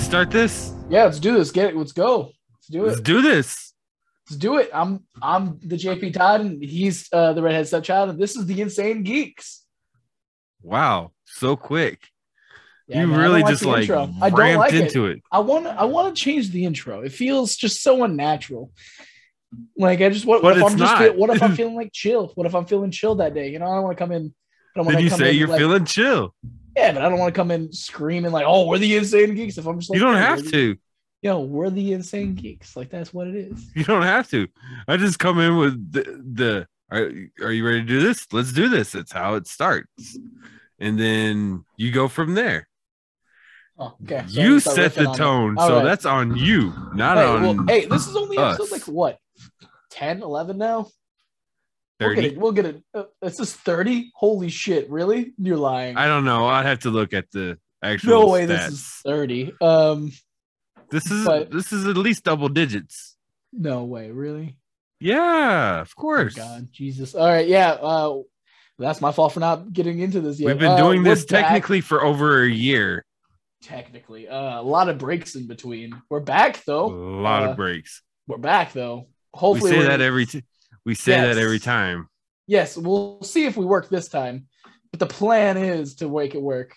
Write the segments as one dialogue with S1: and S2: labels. S1: start this?
S2: Yeah, let's do this. Get it. Let's go. Let's do
S1: Let's
S2: it.
S1: do this.
S2: Let's do it. I'm I'm the JP Todd, and he's uh, the redhead stepchild, and this is the Insane Geeks.
S1: Wow, so quick.
S2: Yeah,
S1: you
S2: man, I
S1: really
S2: don't
S1: just
S2: the
S1: like
S2: intro. I don't
S1: ramped
S2: like it.
S1: into it.
S2: I want to I want to change the intro. It feels just so unnatural. Like I just what,
S1: But
S2: what if
S1: it's
S2: I'm just
S1: not.
S2: feel, what if I'm feeling like chill? What if I'm feeling chill that day? You know, I don't want to come in. I don't wanna
S1: Did you
S2: come
S1: say
S2: in
S1: you're
S2: like-
S1: feeling chill?
S2: Yeah, but I don't want to come in screaming like, "Oh, we're the insane geeks." If I'm just like,
S1: You don't
S2: "Yo,
S1: have
S2: we're the-
S1: to.
S2: Yo, we're the insane geeks. Like that's what it is.
S1: You don't have to. I just come in with the, the are, are you ready to do this? Let's do this. That's how it starts. And then you go from there.
S2: Oh, okay. So I'm
S1: you
S2: gonna start
S1: set the
S2: riffing on it.
S1: tone.
S2: All
S1: So
S2: right.
S1: that's on you, not
S2: Hey, well,
S1: on
S2: hey, this is only
S1: us.
S2: episode like what 10, 11 now. We'll
S1: 30.
S2: get it. We'll get it. Uh, this is thirty. Holy shit! Really? You're lying.
S1: I don't know. I'd have to look at the actual
S2: no way.
S1: stats.
S2: This is thirty. Um,
S1: This is
S2: But-
S1: this is at least double digits.
S2: no way. Really?
S1: Yeah, of
S2: Oh,
S1: course.
S2: God, Jesus. All right. Yeah. Uh, that's my fault for not getting into this yet.
S1: We've been
S2: Uh,
S1: doing
S2: we're
S1: this
S2: back-
S1: technically for over a year.
S2: Technically, uh, a lot of breaks in between. We're back
S1: A
S2: though.
S1: lot
S2: uh,
S1: of breaks.
S2: We're back though.
S1: We
S2: Hopefully,
S1: say
S2: we're-
S1: that every t- we say that every
S2: Yes.
S1: time.
S2: Yes, we'll see if we work this time. But the plan is to make it work.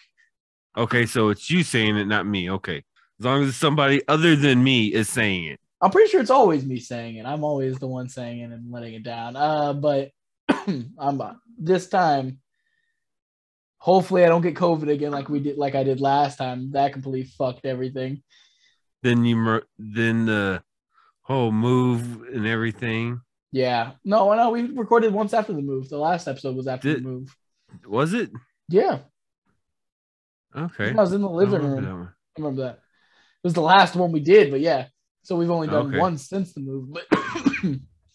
S1: Okay, so it's you saying it, not me. Okay. As long as somebody other than me is saying it.
S2: I'm pretty sure it's always me saying it. I'm always the one saying it and letting it down. Uh, but I'm uh, this time. Hopefully, I don't get COVID again like we did, like I did last time. That completely fucked everything.
S1: Then you mer- then the whole move and everything.
S2: Yeah. No, no, we recorded once after the move. The last episode was after
S1: Did-
S2: the move.
S1: Was it?
S2: Yeah.
S1: Okay.
S2: I was in the
S1: I don't
S2: living
S1: remember
S2: room.
S1: that one.
S2: I remember that. It was the last one we did, but yeah. So we've only done
S1: Okay.
S2: one since the move, but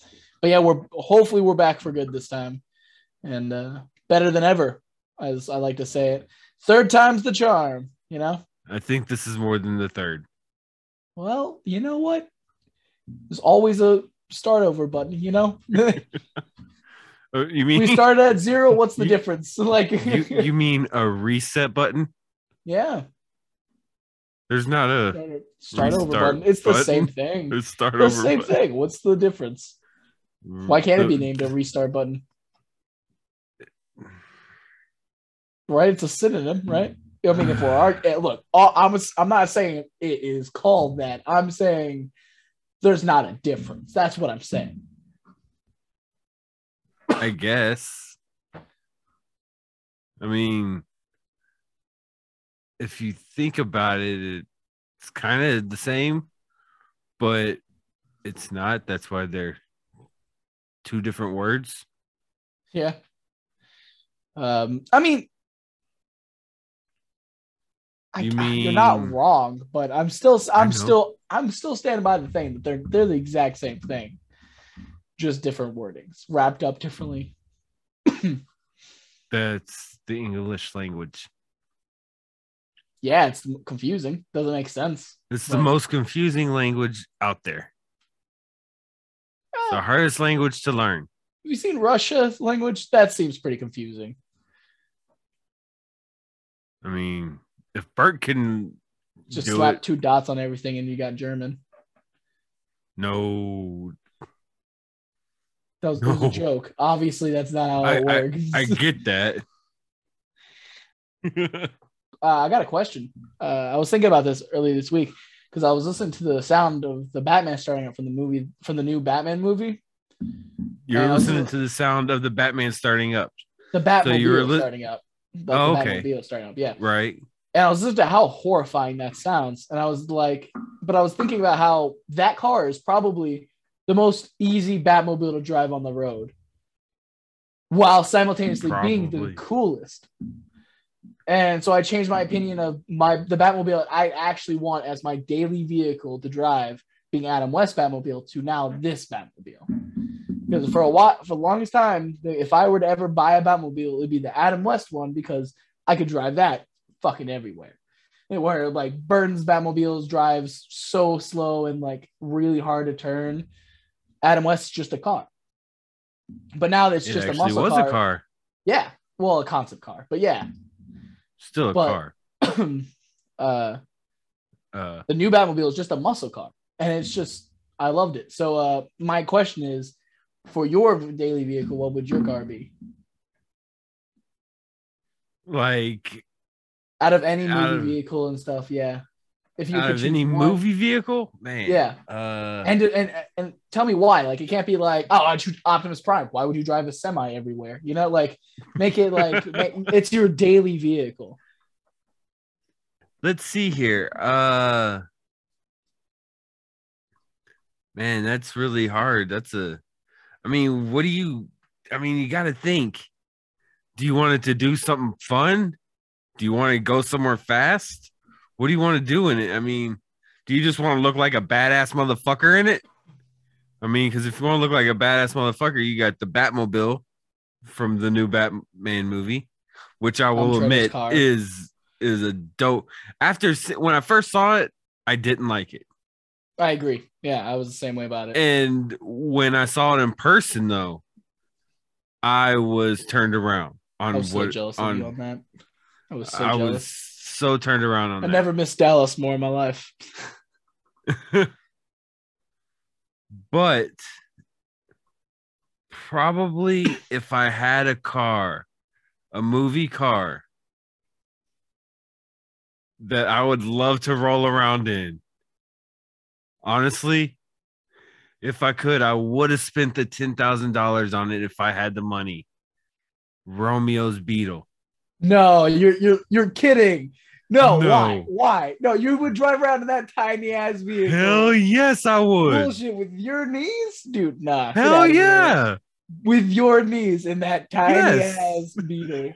S2: but yeah, we're hopefully we're back for good this time, and uh, better than ever, as I like to say it. Third time's the charm, you know.
S1: I think this is more than the third.
S2: Well, you know what? There's always a start over button, you know.
S1: Oh, you
S2: we
S1: mean
S2: started at zero. What's the
S1: You-
S2: difference? Like,
S1: you, you mean a reset button?
S2: yeah,
S1: There's not a
S2: start, start over
S1: Restart
S2: button. It's the
S1: button?
S2: same thing.
S1: a start
S2: The
S1: over.
S2: same
S1: button. Mm.
S2: thing. What's the difference? Why can't it be
S1: The-
S2: named a restart button? right? It's a synonym, right? I mean, if we're arg- eh, look, all- I'm I'm not saying it is called that. I'm saying there's not a difference. That's what I'm saying.
S1: I guess. I mean, if you think about it, it's kind of the same, but it's not. That's why they're two different words.
S2: Yeah. Um, I mean, I,
S1: You
S2: you're not
S1: mean-
S2: wrong, but I'm still
S1: I
S2: I'm
S1: know.
S2: still I'm still standing by the thing that they're they're the exact same thing, just different wordings wrapped up differently.
S1: That's the English language.
S2: Yeah, it's confusing. Doesn't make sense.
S1: It's the
S2: Right.
S1: most confusing language out there. It's
S2: Eh.
S1: the hardest language to learn.
S2: Have you seen Russia language? That seems pretty confusing.
S1: I mean, if Bert can
S2: Just
S1: do
S2: slap
S1: it,
S2: two dots on everything and you got German.
S1: no,
S2: That was, it was
S1: No.
S2: a joke. Obviously, that's not how it
S1: I-
S2: works.
S1: I get that.
S2: uh, I got a question. Uh, I was thinking about this earlier this week because I was listening to the sound of the Batman starting up from the movie from the new Batman movie.
S1: You're
S2: Um,
S1: listening to the sound of the Batman starting up,
S2: The Batmobile
S1: you were li-
S2: starting up. The,
S1: Oh,
S2: the
S1: okay.
S2: Batmobile starting up. Yeah.
S1: right?
S2: and I was listening to how horrifying that sounds. And I was like, but I was thinking about how that car is probably the most easy Batmobile to drive on the road while simultaneously being the
S1: Probably.
S2: coolest. And so I changed my opinion of my the Batmobile I actually want as my daily vehicle to drive, being Adam West Batmobile, to now this Batmobile. Because for a while, for the longest time, if I were to ever buy a Batmobile, it would be the Adam West one because I could drive that fucking everywhere. And where like Burton's Batmobiles drives so slow and like really hard to turn. Adam West's just a car. But now it's
S1: it
S2: just a
S1: actually
S2: muscle
S1: was
S2: car.
S1: a car,
S2: Yeah. Well, a concept car. But yeah.
S1: still a
S2: But-
S1: car.
S2: uh
S1: Uh,
S2: The new Batmobile is just a muscle car, and it's just I loved it. So uh, my question is, for your daily vehicle, what would your car be?
S1: like
S2: Out of any
S1: Out
S2: movie
S1: of-
S2: vehicle and stuff, yeah. If
S1: out
S2: could
S1: of
S2: choose
S1: uh, any
S2: one-
S1: movie vehicle, man.
S2: yeah.
S1: Uh,
S2: And, and and tell me why. Like it can't be like, oh, I choose Optimus Prime. Why would you drive a semi everywhere? You know, like make it like ma- it's your daily vehicle.
S1: let's see here. Uh, man, that's really hard. That's a. I mean, what do you? I mean, you got to think. Do you want it to do something fun? Do you want to go somewhere fast? What do you want to do in it? I mean, do you just want to look like a badass motherfucker in it? I mean, because if you want to look like a badass motherfucker, you got the Batmobile from the new Batman movie, which I will
S2: Trevor's
S1: admit
S2: car.
S1: is is a dope. After se- when I first saw it, I didn't like it,
S2: I agree. Yeah, I was the same way about it.
S1: and when I saw it in person, though, I was turned around on
S2: I was so
S1: what
S2: jealous of
S1: on,
S2: you on that. I was so
S1: I
S2: jealous.
S1: was so turned around on
S2: I
S1: that.
S2: never missed Dallas more in my life.
S1: but probably if I had a car, a movie car that I would love to roll around in. Honestly, if I could, I would have spent the $10,000 on it if I had the money. Romeo's Beetle.
S2: No, you're you're you're kidding. No,
S1: No.
S2: why? Why? No, you would drive around in that tiny ass vehicle.
S1: Hell yes, I would.
S2: Bullshit with your knees, dude. Nah. get out
S1: Hell
S2: of here.
S1: yeah.
S2: With your knees in that tiny
S1: Yes.
S2: ass beetle.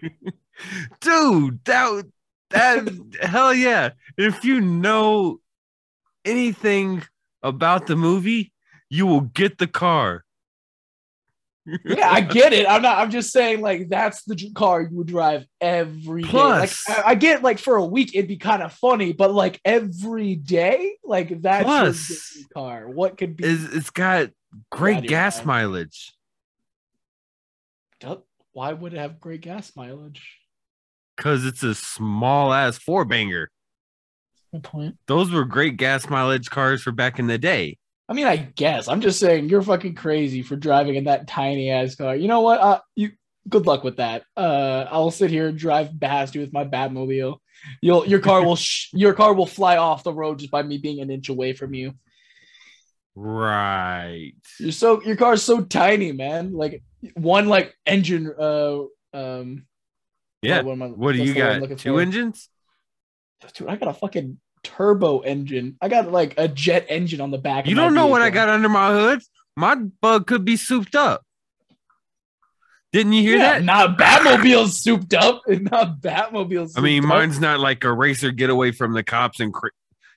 S1: dude that that hell yeah if you know anything about the movie you will get the car
S2: yeah, I get it. I'm not. I'm just saying, like, that's the dr- car you would drive every day. Like,
S1: Plus-
S2: I, I get like for a week it'd be kind of funny, but like every day, like that's your
S1: Plus-
S2: daily car. What could be?
S1: it's, it's got great
S2: Yeah,
S1: gas
S2: yeah.
S1: mileage
S2: why would it have great gas mileage?
S1: because it's a small ass four banger
S2: Good point.
S1: those were great gas mileage cars for back in the day
S2: I mean, I guess. I'm just saying you're fucking crazy for driving in that tiny ass car. You know what? Uh, you good luck with that. Uh, I'll sit here and drive past you with my Batmobile. You'll your car will sh- your car will fly off the road just by me being an inch away from you.
S1: right
S2: You're so your car's so tiny, man. Like one like engine. Uh, um.
S1: yeah
S2: am I,
S1: what do
S2: that's
S1: you
S2: the word I'm
S1: got
S2: looking
S1: two
S2: for.
S1: engines
S2: Dude, I got a fucking turbo engine. I got like a jet engine on the back. of
S1: you
S2: my
S1: don't know what i
S2: vehicle.
S1: got under my hood my bug could be souped up didn't you hear
S2: Yeah,
S1: that
S2: Not Batmobile souped up. Not Batmobile.
S1: I mean,
S2: souped up.
S1: mine's not like a racer get away from the cops and cr-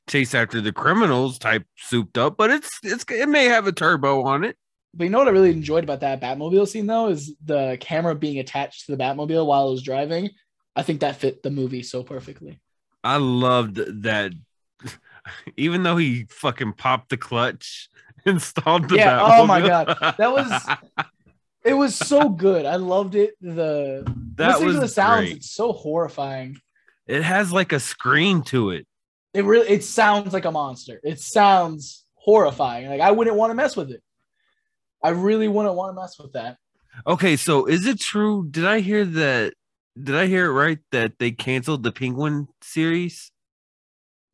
S1: chase after the criminals type souped up, but it's it's it may have a turbo on it.
S2: But you know what I really enjoyed about that Batmobile scene though is the camera being attached to the Batmobile while it was driving. I think that fit the movie so perfectly.
S1: I loved that. Even though he fucking popped the clutch, installed the
S2: Yeah, oh my
S1: Batmobile.
S2: God. That was- It was so good. I loved it. The
S1: that
S2: listening
S1: was
S2: to the sounds,
S1: great.
S2: it's so horrifying.
S1: It has like a scream to it.
S2: It really it sounds like a monster. It sounds horrifying. Like I wouldn't want to mess with it. I really wouldn't want to mess with that.
S1: Okay, so is it true? Did I hear that? Did I hear it right that they canceled the Penguin series?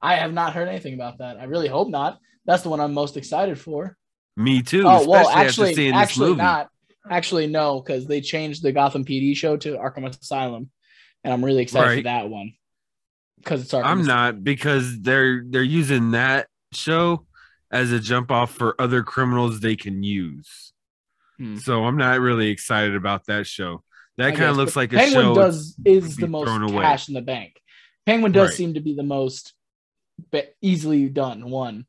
S2: I have not heard anything about that. I really hope not. That's the one I'm most excited for.
S1: Me too.
S2: Oh well,
S1: especially
S2: actually,
S1: after seeing this
S2: actually
S1: movie.
S2: not. Actually, no, because they changed the Gotham PD show to Arkham Asylum, and I'm really excited for
S1: Right.
S2: that one because it's Arkham.
S1: I'm
S2: Asylum.
S1: not because they're they're using that show as a jump off for other criminals they can use.
S2: Hmm.
S1: So I'm not really excited about that show.
S2: I
S1: That kind
S2: guess,
S1: of looks
S2: but
S1: like a
S2: Penguin
S1: show.
S2: does is
S1: be
S2: the most
S1: thrown away.
S2: cash in the bank. Penguin does
S1: Right.
S2: seem to be the most be- easily done one.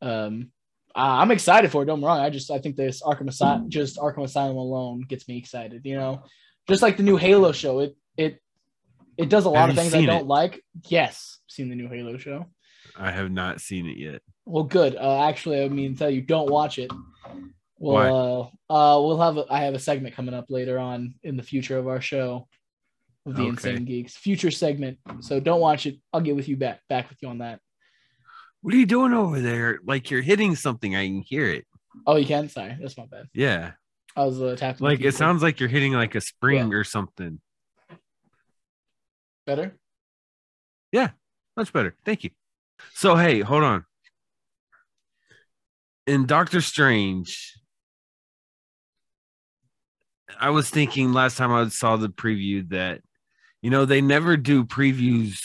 S2: Um, uh, I'm excited for it. Don't get me wrong. I just I think this Arkham Asylum, just Arkham Asylum alone gets me excited. You know, just like the new Halo show, it it it does a lot
S1: Have
S2: of
S1: you
S2: things I
S1: seen
S2: don't
S1: it?
S2: like. Yes, seen the new Halo show.
S1: I have not seen it yet.
S2: Well, good. Uh, actually, I mean, tell you, don't watch it.
S1: Why?
S2: Well, uh, we'll have a, I have a segment coming up later on in the future of our show, of the
S1: Okay.
S2: Insane Geeks future segment. So don't watch it. I'll get with you back back with you on that.
S1: What are you doing over there? Like you're hitting something. I can hear it.
S2: Oh, you can. Sorry, that's my bad.
S1: Yeah.
S2: I was uh, tapping. the
S1: Like it
S2: keyboard.
S1: sounds like you're hitting like a spring or something.
S2: better.
S1: Much better. Thank you. So hey, hold on. In Doctor Strange, I was thinking last time I saw the preview that you know they never do previews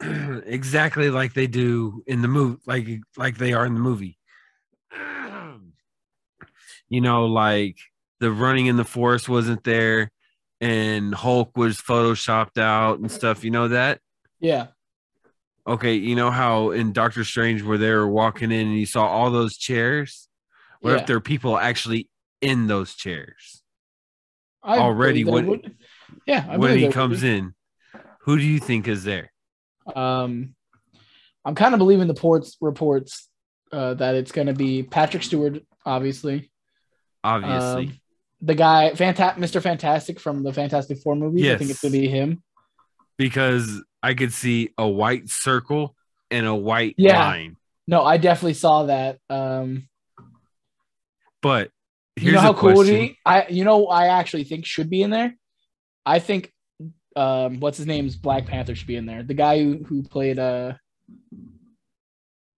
S1: exactly like they do in the movie, like like they are in the movie. You know, like the running in the forest wasn't there, and Hulk was photoshopped out and stuff. You know that?
S2: Yeah.
S1: Okay, you know how in Doctor Strange where they were walking in and you saw all those chairs? What
S2: Yeah.
S1: if there are people actually in those chairs
S2: I
S1: already
S2: believe there
S1: when-
S2: would- yeah, I
S1: when
S2: believe
S1: he
S2: there
S1: comes in? Who do you think is there?
S2: would. Um, I'm kind of believing the ports reports uh, that it's going to be Patrick Stewart, obviously.
S1: Obviously.
S2: Um, the guy, Fanta- Mr. Fantastic from the Fantastic Four movies. I think
S1: Yes.
S2: it's going to be him.
S1: because I could see a white circle and a white
S2: Yeah.
S1: line.
S2: No, I definitely saw that. Um,
S1: But here's
S2: you know how
S1: a
S2: cool it would
S1: question.
S2: be? I, you know, I actually think should be in there. I think, um, what's his name's Black Panther should be in there. The guy who, who played, uh,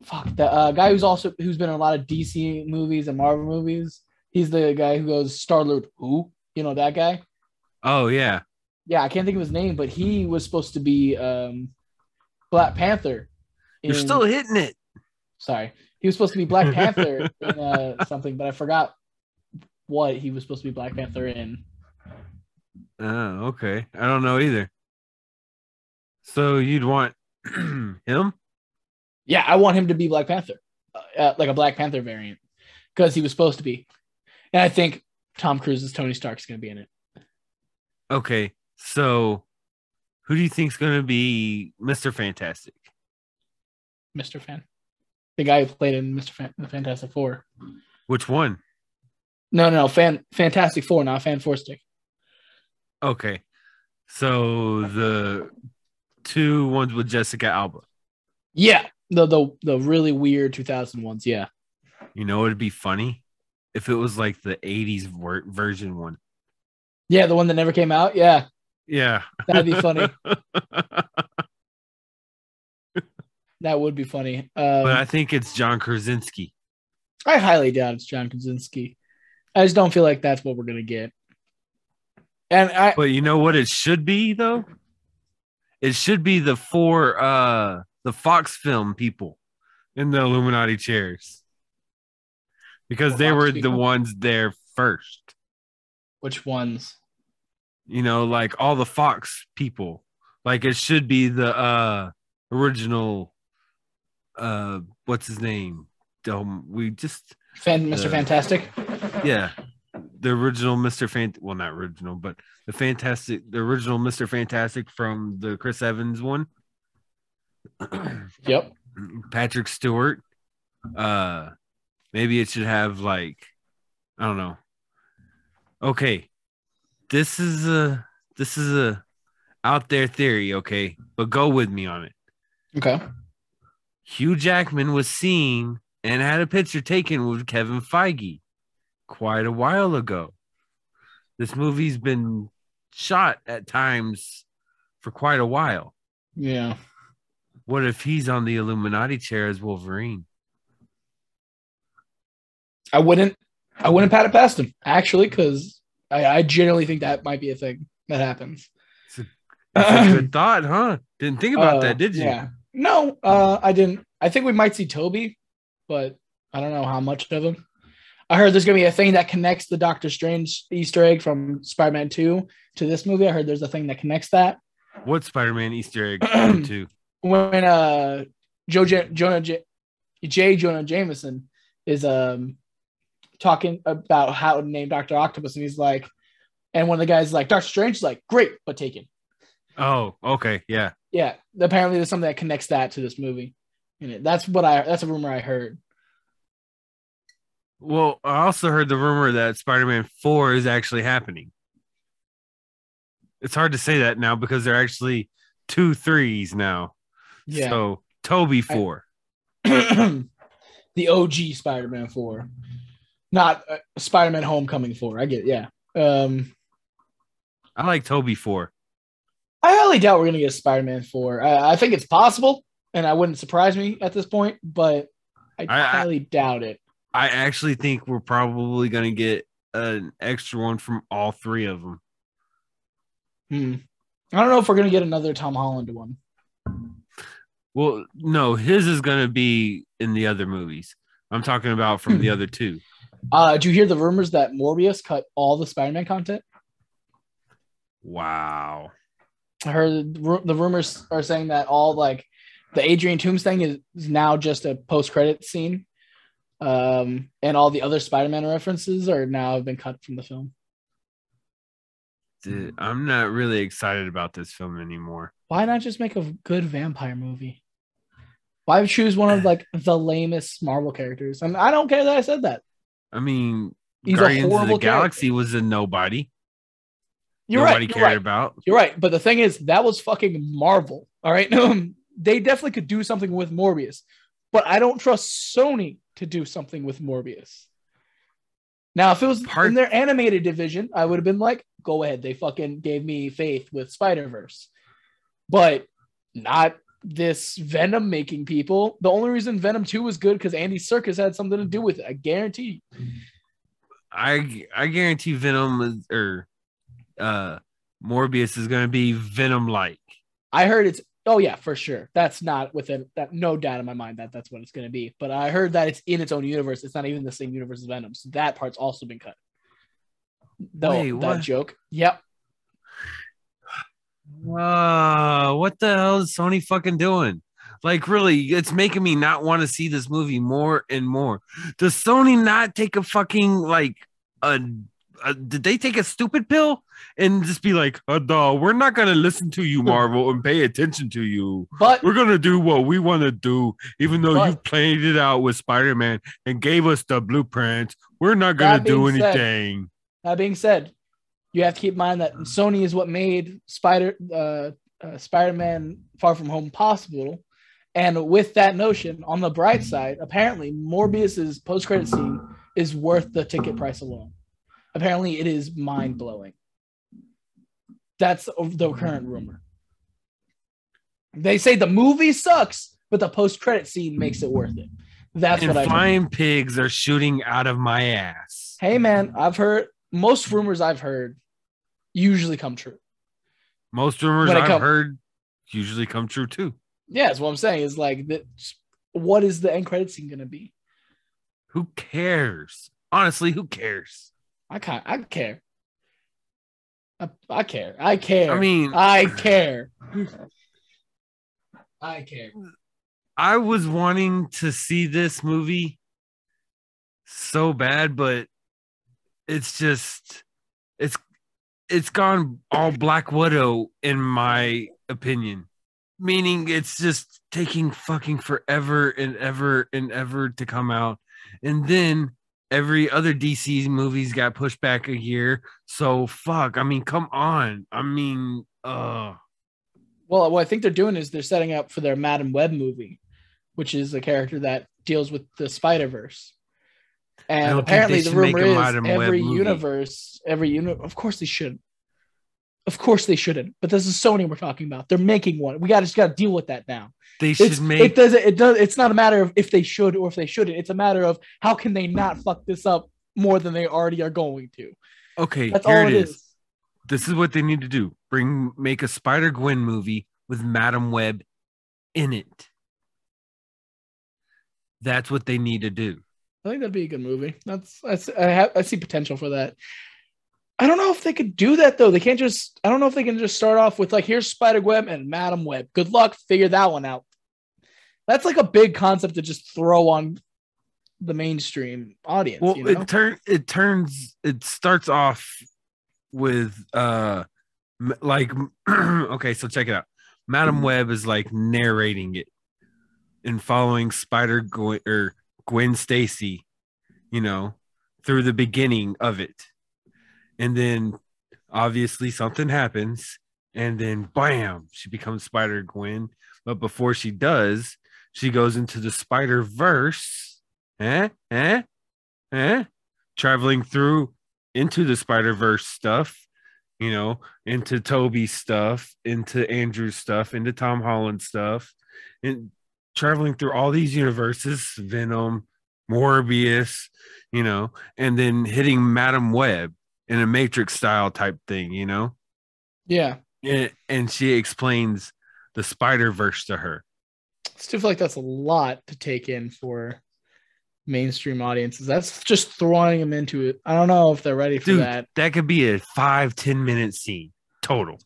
S2: fuck, the uh, guy who's also who's been in a lot of DC movies and Marvel movies. He's the guy who goes Star Lord. Who? You know that guy?
S1: oh yeah.
S2: Yeah, I can't think of his name, but he was supposed to be um, Black Panther.
S1: You're
S2: in-
S1: still hitting it.
S2: sorry. He was supposed to be Black Panther in uh, something, but I forgot what he was supposed to be Black Panther in.
S1: Oh, okay. I don't know either. So you'd want him?
S2: Yeah, I want him to be Black Panther, uh, uh, like a Black Panther variant, because he was supposed to be. And I think Tom Cruise's Tony Stark's going to be in it.
S1: Okay, so who do you think's going to be Mr. Fantastic?
S2: Mr. Fan, the guy who played in Mr. Fan, the Fantastic Four.
S1: Which one?
S2: No, no, Fan Fantastic Four, not Fan Four Stick.
S1: Okay, so the two ones with Jessica Alba.
S2: Yeah, the the the really weird 2000 ones. Yeah,
S1: You know, it'd be funny if it was like the 80s ver- version one.
S2: yeah, the one that never came out. Yeah,
S1: Yeah.
S2: that'd be funny. that would be funny. Um,
S1: but I think it's John Krasinski.
S2: I highly doubt it's John Krasinski. I just don't feel like that's what we're gonna get. And I
S1: But you know what it should be though? It should be the four uh the Fox film people in the Illuminati chairs. Because
S2: Four
S1: they
S2: Fox
S1: were the
S2: people?
S1: ones there first.
S2: which ones?
S1: You know, like all the Fox people. Like it should be the uh original uh what's his name? Um, we just
S2: Fan, Mr.
S1: Uh,
S2: Fantastic.
S1: yeah. The original Mr. Fant well not original, but the fantastic the original Mr. Fantastic from the Chris Evans one.
S2: Yep.
S1: Patrick Stewart. Uh maybe it should have like I don't know. Okay. This is a this is a out there theory, okay? But go with me on it.
S2: Okay.
S1: Hugh Jackman was seen and had a picture taken with Kevin Feige quite a while ago. This movie's been shot at times for quite a while.
S2: Yeah.
S1: What if he's on the Illuminati chair as Wolverine?
S2: I wouldn't. I wouldn't pat it past him actually, because I, I generally think that might be a thing that happens.
S1: That's a good thought, huh? Didn't think about
S2: Uh,
S1: that, did you?
S2: Yeah. No, uh, I didn't. I think we might see Toby, but I don't know how much of him. I heard there's gonna be a thing that connects the Doctor Strange Easter egg from Spider-Man Two to this movie. I heard there's a thing that connects that
S1: What Spider-Man Easter egg to?
S2: when uh Joe J- Jonah J-, J Jonah Jameson is um talking about how to name Doctor Octopus, and he's like, and one of the guys is like Doctor Strange is like great but taken.
S1: Oh, okay, yeah.
S2: Yeah, apparently there's something that connects that to this movie. And it- that's what I that's a rumor I heard.
S1: Well, I also heard the rumor that Spider-Man Four is actually happening. It's hard to say that now because they're actually two threes now.
S2: Yeah.
S1: So Toby Four. uh,
S2: the OG Spider-Man four, not uh, Spider-Man Homecoming four. I get it, yeah. Um,
S1: I like Toby four.
S2: I highly doubt we're gonna get Spider-Man four. I, I think it's possible, and I wouldn't surprise me at this point, but I,
S1: I- I-
S2: highly doubt it.
S1: I actually think we're probably gonna get an extra one from all three of them.
S2: Hmm. I don't know if we're gonna get another Tom Holland one.
S1: Well, no, his is gonna be in the other movies. I'm talking about from the other two.
S2: Uh, did you hear the rumors that Morbius cut all the Spider-Man content?
S1: Wow.
S2: I heard the ru- the rumors are saying that all like the Adrian Toomes thing is, is now just a post credit scene, um, and all the other Spider Man references are now have been cut from the film.
S1: Dude,
S2: Mm-hmm.
S1: I'm not really excited about this film anymore.
S2: Why not just make a good vampire movie? Why choose one of like the lamest Marvel characters? And I don't care that I said that.
S1: I mean,
S2: He's a
S1: Guardians of the
S2: horrible character.
S1: Galaxy was a nobody.
S2: You're
S1: nobody
S2: right.
S1: cared
S2: You're right.
S1: about.
S2: You're right. But the thing is, that was fucking Marvel. All right. Um, they definitely could do something with Morbius, but I don't trust Sony to do something with Morbius. Now, if it was
S1: Part-
S2: in their animated division, I would have been like, go ahead. They fucking gave me faith with Spider Verse, but not this Venom making people. The only reason Venom 2 was good because Andy Circus had something to do with it. I guarantee you.
S1: I I guarantee Venom is- or uh Morbius is gonna be Venom like.
S2: I heard it's oh yeah for sure. That's not within that no doubt in my mind that that's what it's going to be. But I heard that it's in its own universe. It's not even the same universe as Venom. So that part's also been cut. No,
S1: Wait,
S2: that
S1: what?
S2: joke. Yep.
S1: Uh, what the hell is Sony fucking doing? Like, really, it's making me not want to see this movie more and more. Does Sony not take a fucking like a, a did they take a stupid pill and just be like, uh, no, we're not gonna listen to you, Marvel, and pay attention to you.
S2: But
S1: We're gonna do what we want to do, even though you
S2: But-
S1: planned it out with Spider Man and gave us the blueprint. We're not gonna
S2: That
S1: do
S2: being said-
S1: anything.
S2: that being said, you have to keep in mind that Sony is what made Spider uh, uh, Spider-Man Far From Home possible. And with that notion, on the bright side, apparently Morbius's post-credit scene is worth the ticket price alone. Apparently, it is mind-blowing. That's the current rumor. They say the movie sucks, but the post-credit scene makes it worth it. That's
S1: and
S2: what I. heard.
S1: flying pigs are shooting out of my ass.
S2: Hey man, I've heard most rumors I've heard usually come true.
S1: Most rumors
S2: When it
S1: I've
S2: come-
S1: heard usually come true too.
S2: Yeah, that's what I'm saying. Is like that. What is the end credit scene gonna be?
S1: Who cares? Honestly, who cares?
S2: I can I care. I, I care. I care.
S1: I mean,
S2: I care. I care.
S1: I was wanting to see this movie so bad, but it's just it's it's gone all Black Widow in my opinion. Meaning it's just taking fucking forever and ever and ever to come out. And then every other DC movies got pushed back a year. So fuck. I mean, come on. I mean, uh
S2: Well, what I think they're doing is they're setting up for their Madam Web movie, which is a character that deals with the Spider Verse.
S1: I
S2: And
S1: don't think they
S2: apparently, the
S1: should make
S2: rumor
S1: a
S2: is
S1: Madam Web
S2: every
S1: movie.
S2: universe, every universe. Of course, they shouldn't. Of course, they shouldn't. But this is Sony we're talking about. They're making one. We got to just got to deal with that now.
S1: they
S2: It's,
S1: should
S2: it
S1: make
S2: doesn't. It does. It's not a matter of if they should or if they shouldn't. It's a matter of how can they not fuck this up more than they already are going to.
S1: okay,
S2: That's
S1: here
S2: all
S1: it is.
S2: is.
S1: this is what they need to do bring make a spider gwen movie with madam web in it that's what they need to do
S2: I think that'd be a good movie. That's, that's I, have, I see potential for that. I don't know if they could do that though. They can't just. I don't know if they can just start off with like, here's Spider Web and Madam Web. Good luck, figure that one out. That's like a big concept to just throw on the mainstream audience.
S1: well
S2: you know?
S1: it turn it turns it starts off with uh m- like okay so check it out
S2: Mm-hmm.
S1: madam web is like narrating it and following spider gwen or gwen stacy you know through the beginning of it and then obviously something happens and then bam she becomes spider gwen but before she does She goes into the Spider Verse. Eh? Eh? Eh? Traveling through into the Spider Verse stuff, you know, into Toby's stuff, into Andrew's stuff, into Tom Holland stuff, and traveling through all these universes Venom, Morbius, you know, and then hitting Madam Web in a Matrix style type thing, you know?
S2: Yeah.
S1: And, and she explains the Spider Verse to her.
S2: I still feel like that's a lot to take in for mainstream audiences. That's just throwing them into it. I don't know if they're ready for
S1: Dude,
S2: that.
S1: that. could be a five ten minute scene total.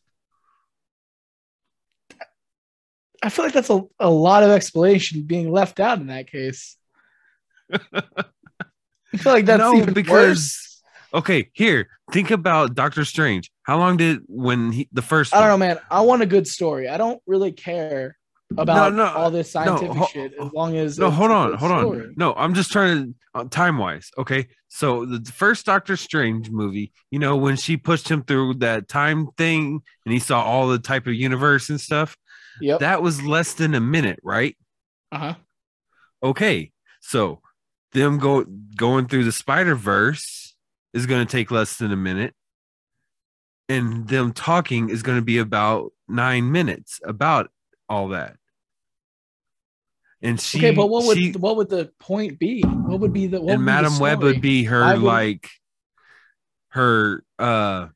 S2: I feel like that's a, a lot of explanation being left out in that case. I feel like that's
S1: No,
S2: even
S1: because-
S2: worse.
S1: Okay, here, think about Doctor Strange. How long did when he, the first
S2: I don't know,
S1: one-
S2: man. I want a good story. I don't really care about
S1: No, no,
S2: all this scientific
S1: ho-
S2: shit as long as
S1: No,
S2: it's
S1: hold
S2: a
S1: on,
S2: good
S1: hold on.
S2: story.
S1: No, I'm just trying to uh, time wise. Okay, so the first Doctor Strange movie, you know, when she pushed him through that time thing, and he saw all the type of universe and stuff,
S2: Yep.
S1: that was less than a minute, right?
S2: uh-huh.
S1: okay, so them go going through the Spider Verse is going to take less than a minute, and them talking is going to be about nine minutes about all that. And she,
S2: okay, but what would
S1: she
S2: what would the point be? What would be the what
S1: and
S2: would be the
S1: Madam Web
S2: story?
S1: would be her
S2: I would-
S1: like her uh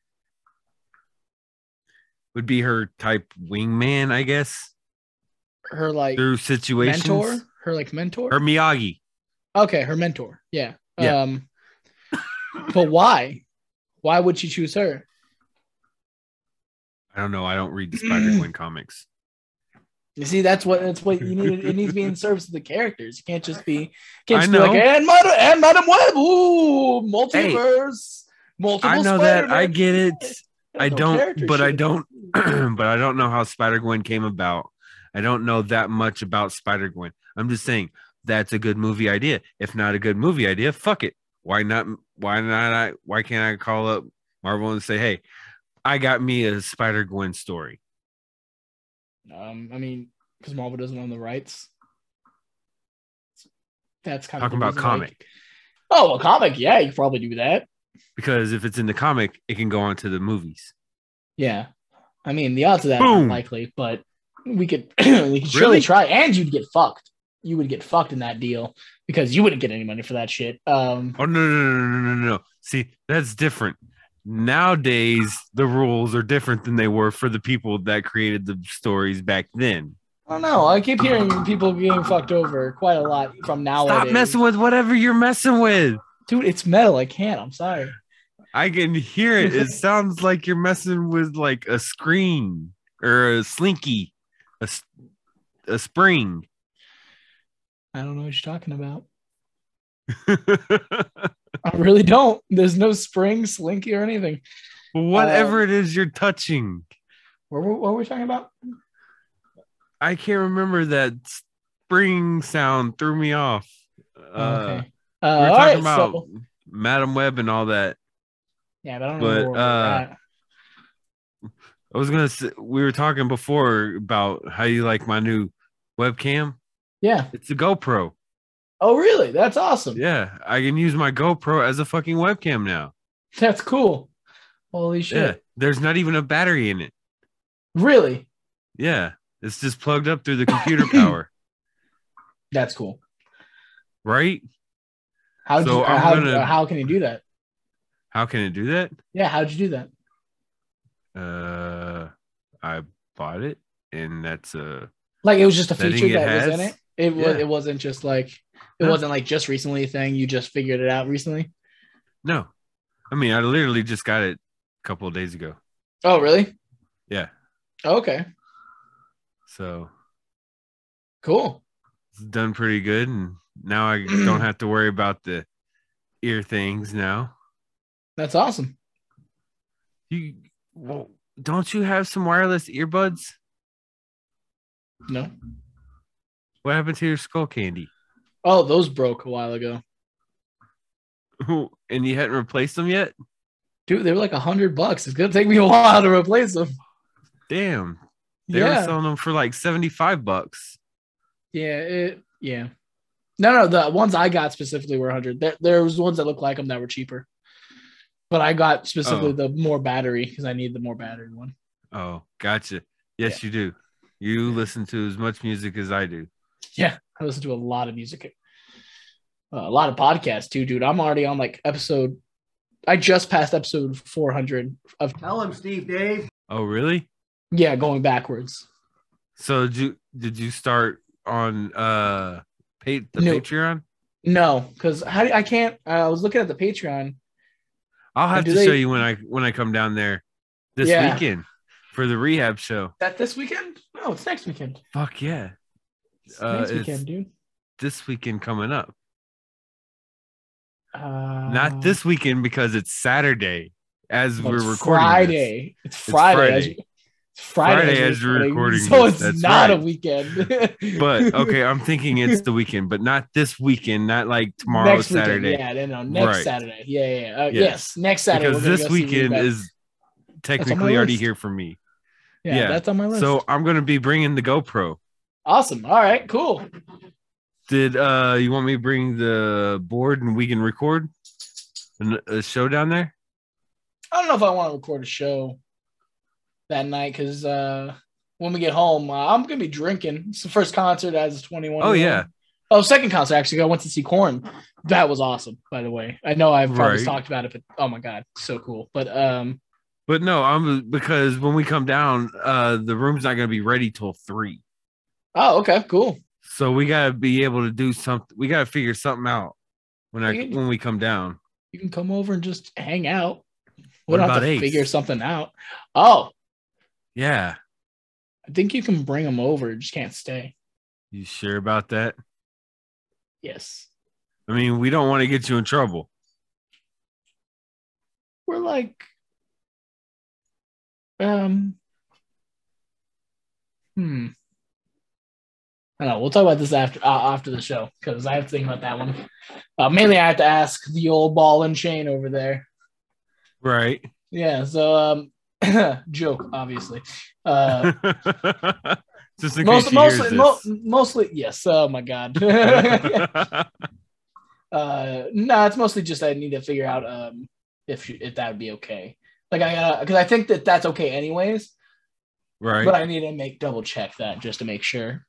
S1: would be her type wingman, I guess,
S2: her like
S1: through situations.
S2: mentor, her like mentor.
S1: Her Miyagi.
S2: Okay, her mentor. Yeah.
S1: Yeah.
S2: Um but why? Why would she choose her?
S1: I don't know. I don't read the Spider Gwen comics.
S2: You see, that's what that's what you need. It needs to be in service of the characters. You can't just be can't
S1: I
S2: just be like
S1: know.
S2: and Madam and Madam Web, ooh, multiverse, multiple.
S1: I know that. I
S2: Spider-Man."
S1: get it, I
S2: That's no
S1: don't-
S2: character
S1: but I
S2: shit.
S1: don't- but I don't know how Spider Gwen came about. I don't know that much about Spider Gwen. I'm just saying that's a good movie idea. If not a good movie idea, fuck it. Why not? Why not? I why can't I call up Marvel and say, "Hey, I got me a Spider Gwen story."
S2: Um, I mean, because Marvel doesn't own the rights. That's kind
S1: Talking
S2: of the
S1: about
S2: reason why you-
S1: comic
S2: Oh, a comic. Yeah, you could probably do that.
S1: because if it's in the comic, it can go on to the movies.
S2: Yeah, I mean, the odds of that are
S1: Boom.
S2: unlikely, but we could we could surely
S1: Really?
S2: try. And you'd get fucked. You would get fucked in that deal because you wouldn't get any money for that shit. Um,
S1: Oh no no no no no no! no. See, that's different. Nowadays, the rules are different than they were for the people that created the stories back then.
S2: I don't know. I keep hearing people getting fucked over quite a lot from now
S1: Stop messing with whatever you're messing with.
S2: dude. It's metal. I can't. I'm sorry.
S1: I can hear it. It sounds like you're messing with like a screen or a slinky, a, s- a spring.
S2: I don't know what you're talking about. I really don't. There's no spring, slinky, or anything. Uh,
S1: whatever it is you're touching.
S2: What were, what were we talking about?
S1: I can't remember that spring sound threw me off. Uh,
S2: okay. Uh,
S1: we were
S2: all
S1: talking
S2: right.
S1: about
S2: so,
S1: Madam Web and all that.
S2: yeah, but I don't
S1: but,
S2: know. where we're
S1: uh,
S2: at.
S1: I was gonna say we were talking before about how you like my new webcam.
S2: yeah.
S1: It's a GoPro.
S2: Oh, really? That's awesome.
S1: Yeah, I can use my GoPro as a fucking webcam now.
S2: That's cool. Holy shit.
S1: Yeah, there's not even a battery in it.
S2: Really?
S1: Yeah, it's just plugged up through the computer power,
S2: That's cool.
S1: right?
S2: How did
S1: So
S2: you,
S1: I'm
S2: how,
S1: gonna-
S2: how can you do that?
S1: How can it do that?
S2: Yeah, how'd you do that?
S1: Uh, I bought it, and that's uh
S2: Like it was just a
S1: Setting
S2: feature
S1: it
S2: that was in
S1: has?
S2: it. It was.
S1: Yeah.
S2: It wasn't just like it
S1: No.
S2: wasn't like just recently a thing. You just figured it out recently.
S1: no. I mean, I literally just got it a couple of days ago.
S2: Oh, really?
S1: Yeah,
S2: Okay.
S1: so
S2: Cool.
S1: it's done pretty good, and now I don't have to worry about the ear things now.
S2: That's awesome.
S1: You well, don't you have some wireless earbuds?
S2: No.
S1: What happened to your skull candy?
S2: Oh, those broke a while ago,
S1: and you hadn't replaced them yet?
S2: dude. They were like a hundred bucks. It's gonna take me a while to replace them.
S1: Damn, They were
S2: yeah.
S1: selling them for like 75 bucks.
S2: Yeah, it, yeah. No, no, the ones I got specifically were 100. There, there was ones that looked like them that were cheaper, but I got specifically
S1: Oh.
S2: the more battery because I need the more battery one.
S1: Oh, gotcha. Yes, you do. You listen to as much music as I do.
S2: Yeah, I listen to a lot of music, uh, a lot of podcasts too, dude. I'm already on like episode. I just passed episode 400 of
S3: Tell him, Steve Dave.
S1: Oh, really?
S2: yeah, going backwards.
S1: So did you did you start on uh pa- the
S2: No.
S1: Patreon?
S2: No, because how do, I can't. I was looking at the Patreon.
S1: I'll have
S2: do
S1: to show
S2: they-
S1: you when I when I come down there this
S2: Yeah.
S1: weekend for the rehab show.
S2: That this weekend? No, it's next weekend.
S1: Fuck yeah.
S2: It's
S1: Uh,
S2: next
S1: it's-
S2: weekend, dude.
S1: This weekend coming up.
S2: Uh,
S1: Not this weekend because it's Saturday as
S2: Well,
S1: we're
S2: it's
S1: recording. this.
S2: Oh, Friday. It's Friday. as
S1: Friday.
S2: you- It's Friday,
S1: Friday
S2: as we're recording. So
S1: this.
S2: it's
S1: That's
S2: not
S1: right.
S2: a weekend.
S1: But okay, I'm thinking it's the weekend, but not this weekend, not like tomorrow
S2: next weekend,
S1: Saturday.
S2: Yeah, no, no, next
S1: Right.
S2: Saturday. Yeah, yeah. yeah. Uh,
S1: Yes.
S2: yes. next Saturday.
S1: because
S2: we're gonna
S1: this
S2: go see
S1: weekend
S2: Nickelback.
S1: is technically already
S2: list.
S1: here for me.
S2: yeah,
S1: yeah.
S2: that's on my list.
S1: So I'm gonna be bringing the GoPro.
S2: awesome. All right, cool.
S1: Did uh you want me to bring the board and we can record an- a show down there?
S2: I don't know if I want to record a show that night because uh, when we get home, uh, I'm gonna be drinking. It's the first concert as a 21.
S1: Oh yeah,
S2: Oh, second concert actually. I went to see Corn. That was awesome, by the way. I know I've probably
S1: Right.
S2: talked about it, but oh my god, so cool. But um,
S1: but no, I'm because when we come down, uh the room's not gonna be ready till three.
S2: oh okay, cool.
S1: So we gotta be able to do something. We gotta figure something out when I
S2: We can-
S1: when we come down.
S2: You can come over and just hang out.
S1: What
S2: We don't have
S1: about
S2: to
S1: Ace?
S2: figure something out. Oh,
S1: Yeah,
S2: I think you can bring him over. Just can't stay.
S1: you sure about that?
S2: Yes,
S1: I mean, we don't want to get you in trouble.
S2: we're like, um, hmm. I don't know. We'll talk about this after uh, after the show because I have to think about that one. Uh, mainly, I have to ask the old ball and chain over there.
S1: Right.
S2: Yeah. So, um, joke, obviously. Uh,
S1: Just in
S2: most,
S1: case you hears
S2: mostly, mo- mostly, yes. Oh my god. uh,
S1: this.
S2: no, it's mostly just I need to figure out um if you- if that would be okay. Like I gotta because I think that that's okay anyways,
S1: right.
S2: but I need to make double check that just to make sure.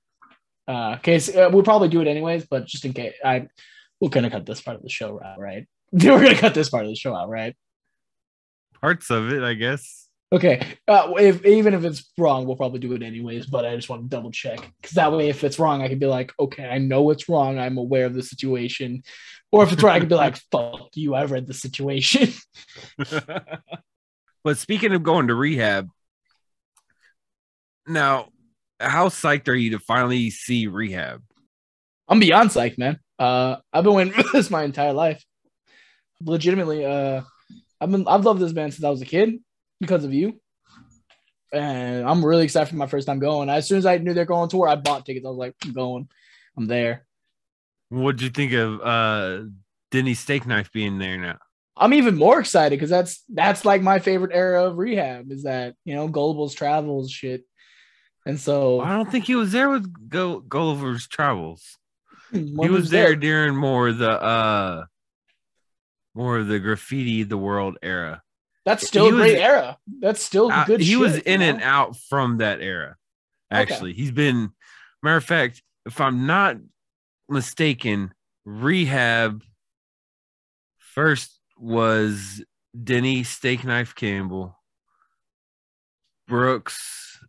S2: Uh, case uh, we'll probably do it anyways, but just in case I we're gonna cut this part of the show out, right? we're gonna cut this part of the show out, right?
S1: Parts of it, I guess.
S2: Okay. Uh, if even if it's wrong, we'll probably do it anyways. But I just want to double check because that way, if it's wrong, I can be like, okay, I know it's wrong. I'm aware of the situation. Or if it's right, I can be like, fuck you. I read the situation.
S1: but speaking of going to rehab, now, how psyched are you to finally see rehab?
S2: I'm beyond psyched, man. Uh, I've been waiting for this my entire life. Legitimately, uh, I've been I've loved this band since I was a kid because of you. And I'm really excited for my first time going. As soon as I knew they're going on tour, I bought tickets. I was like, I'm going. I'm there.
S1: What'd you think of uh Denny Steak Knife being there now?
S2: I'm even more excited because that's that's like my favorite era of rehab is that you know Gullible's travels shit, and so
S1: I don't think he was there with Go- Gulliver's Travels.
S2: when
S1: he was there during more the uh more of the graffiti the world era.
S2: That's still
S1: he
S2: a
S1: was-
S2: great era. That's still
S1: Uh,
S2: good.
S1: he
S2: shit,
S1: was
S2: you
S1: in
S2: know?
S1: and out from that era.
S2: Okay.
S1: Actually, he's been matter of fact, if I'm not mistaken, rehab first was Denny Steak Knife Campbell, Brooks,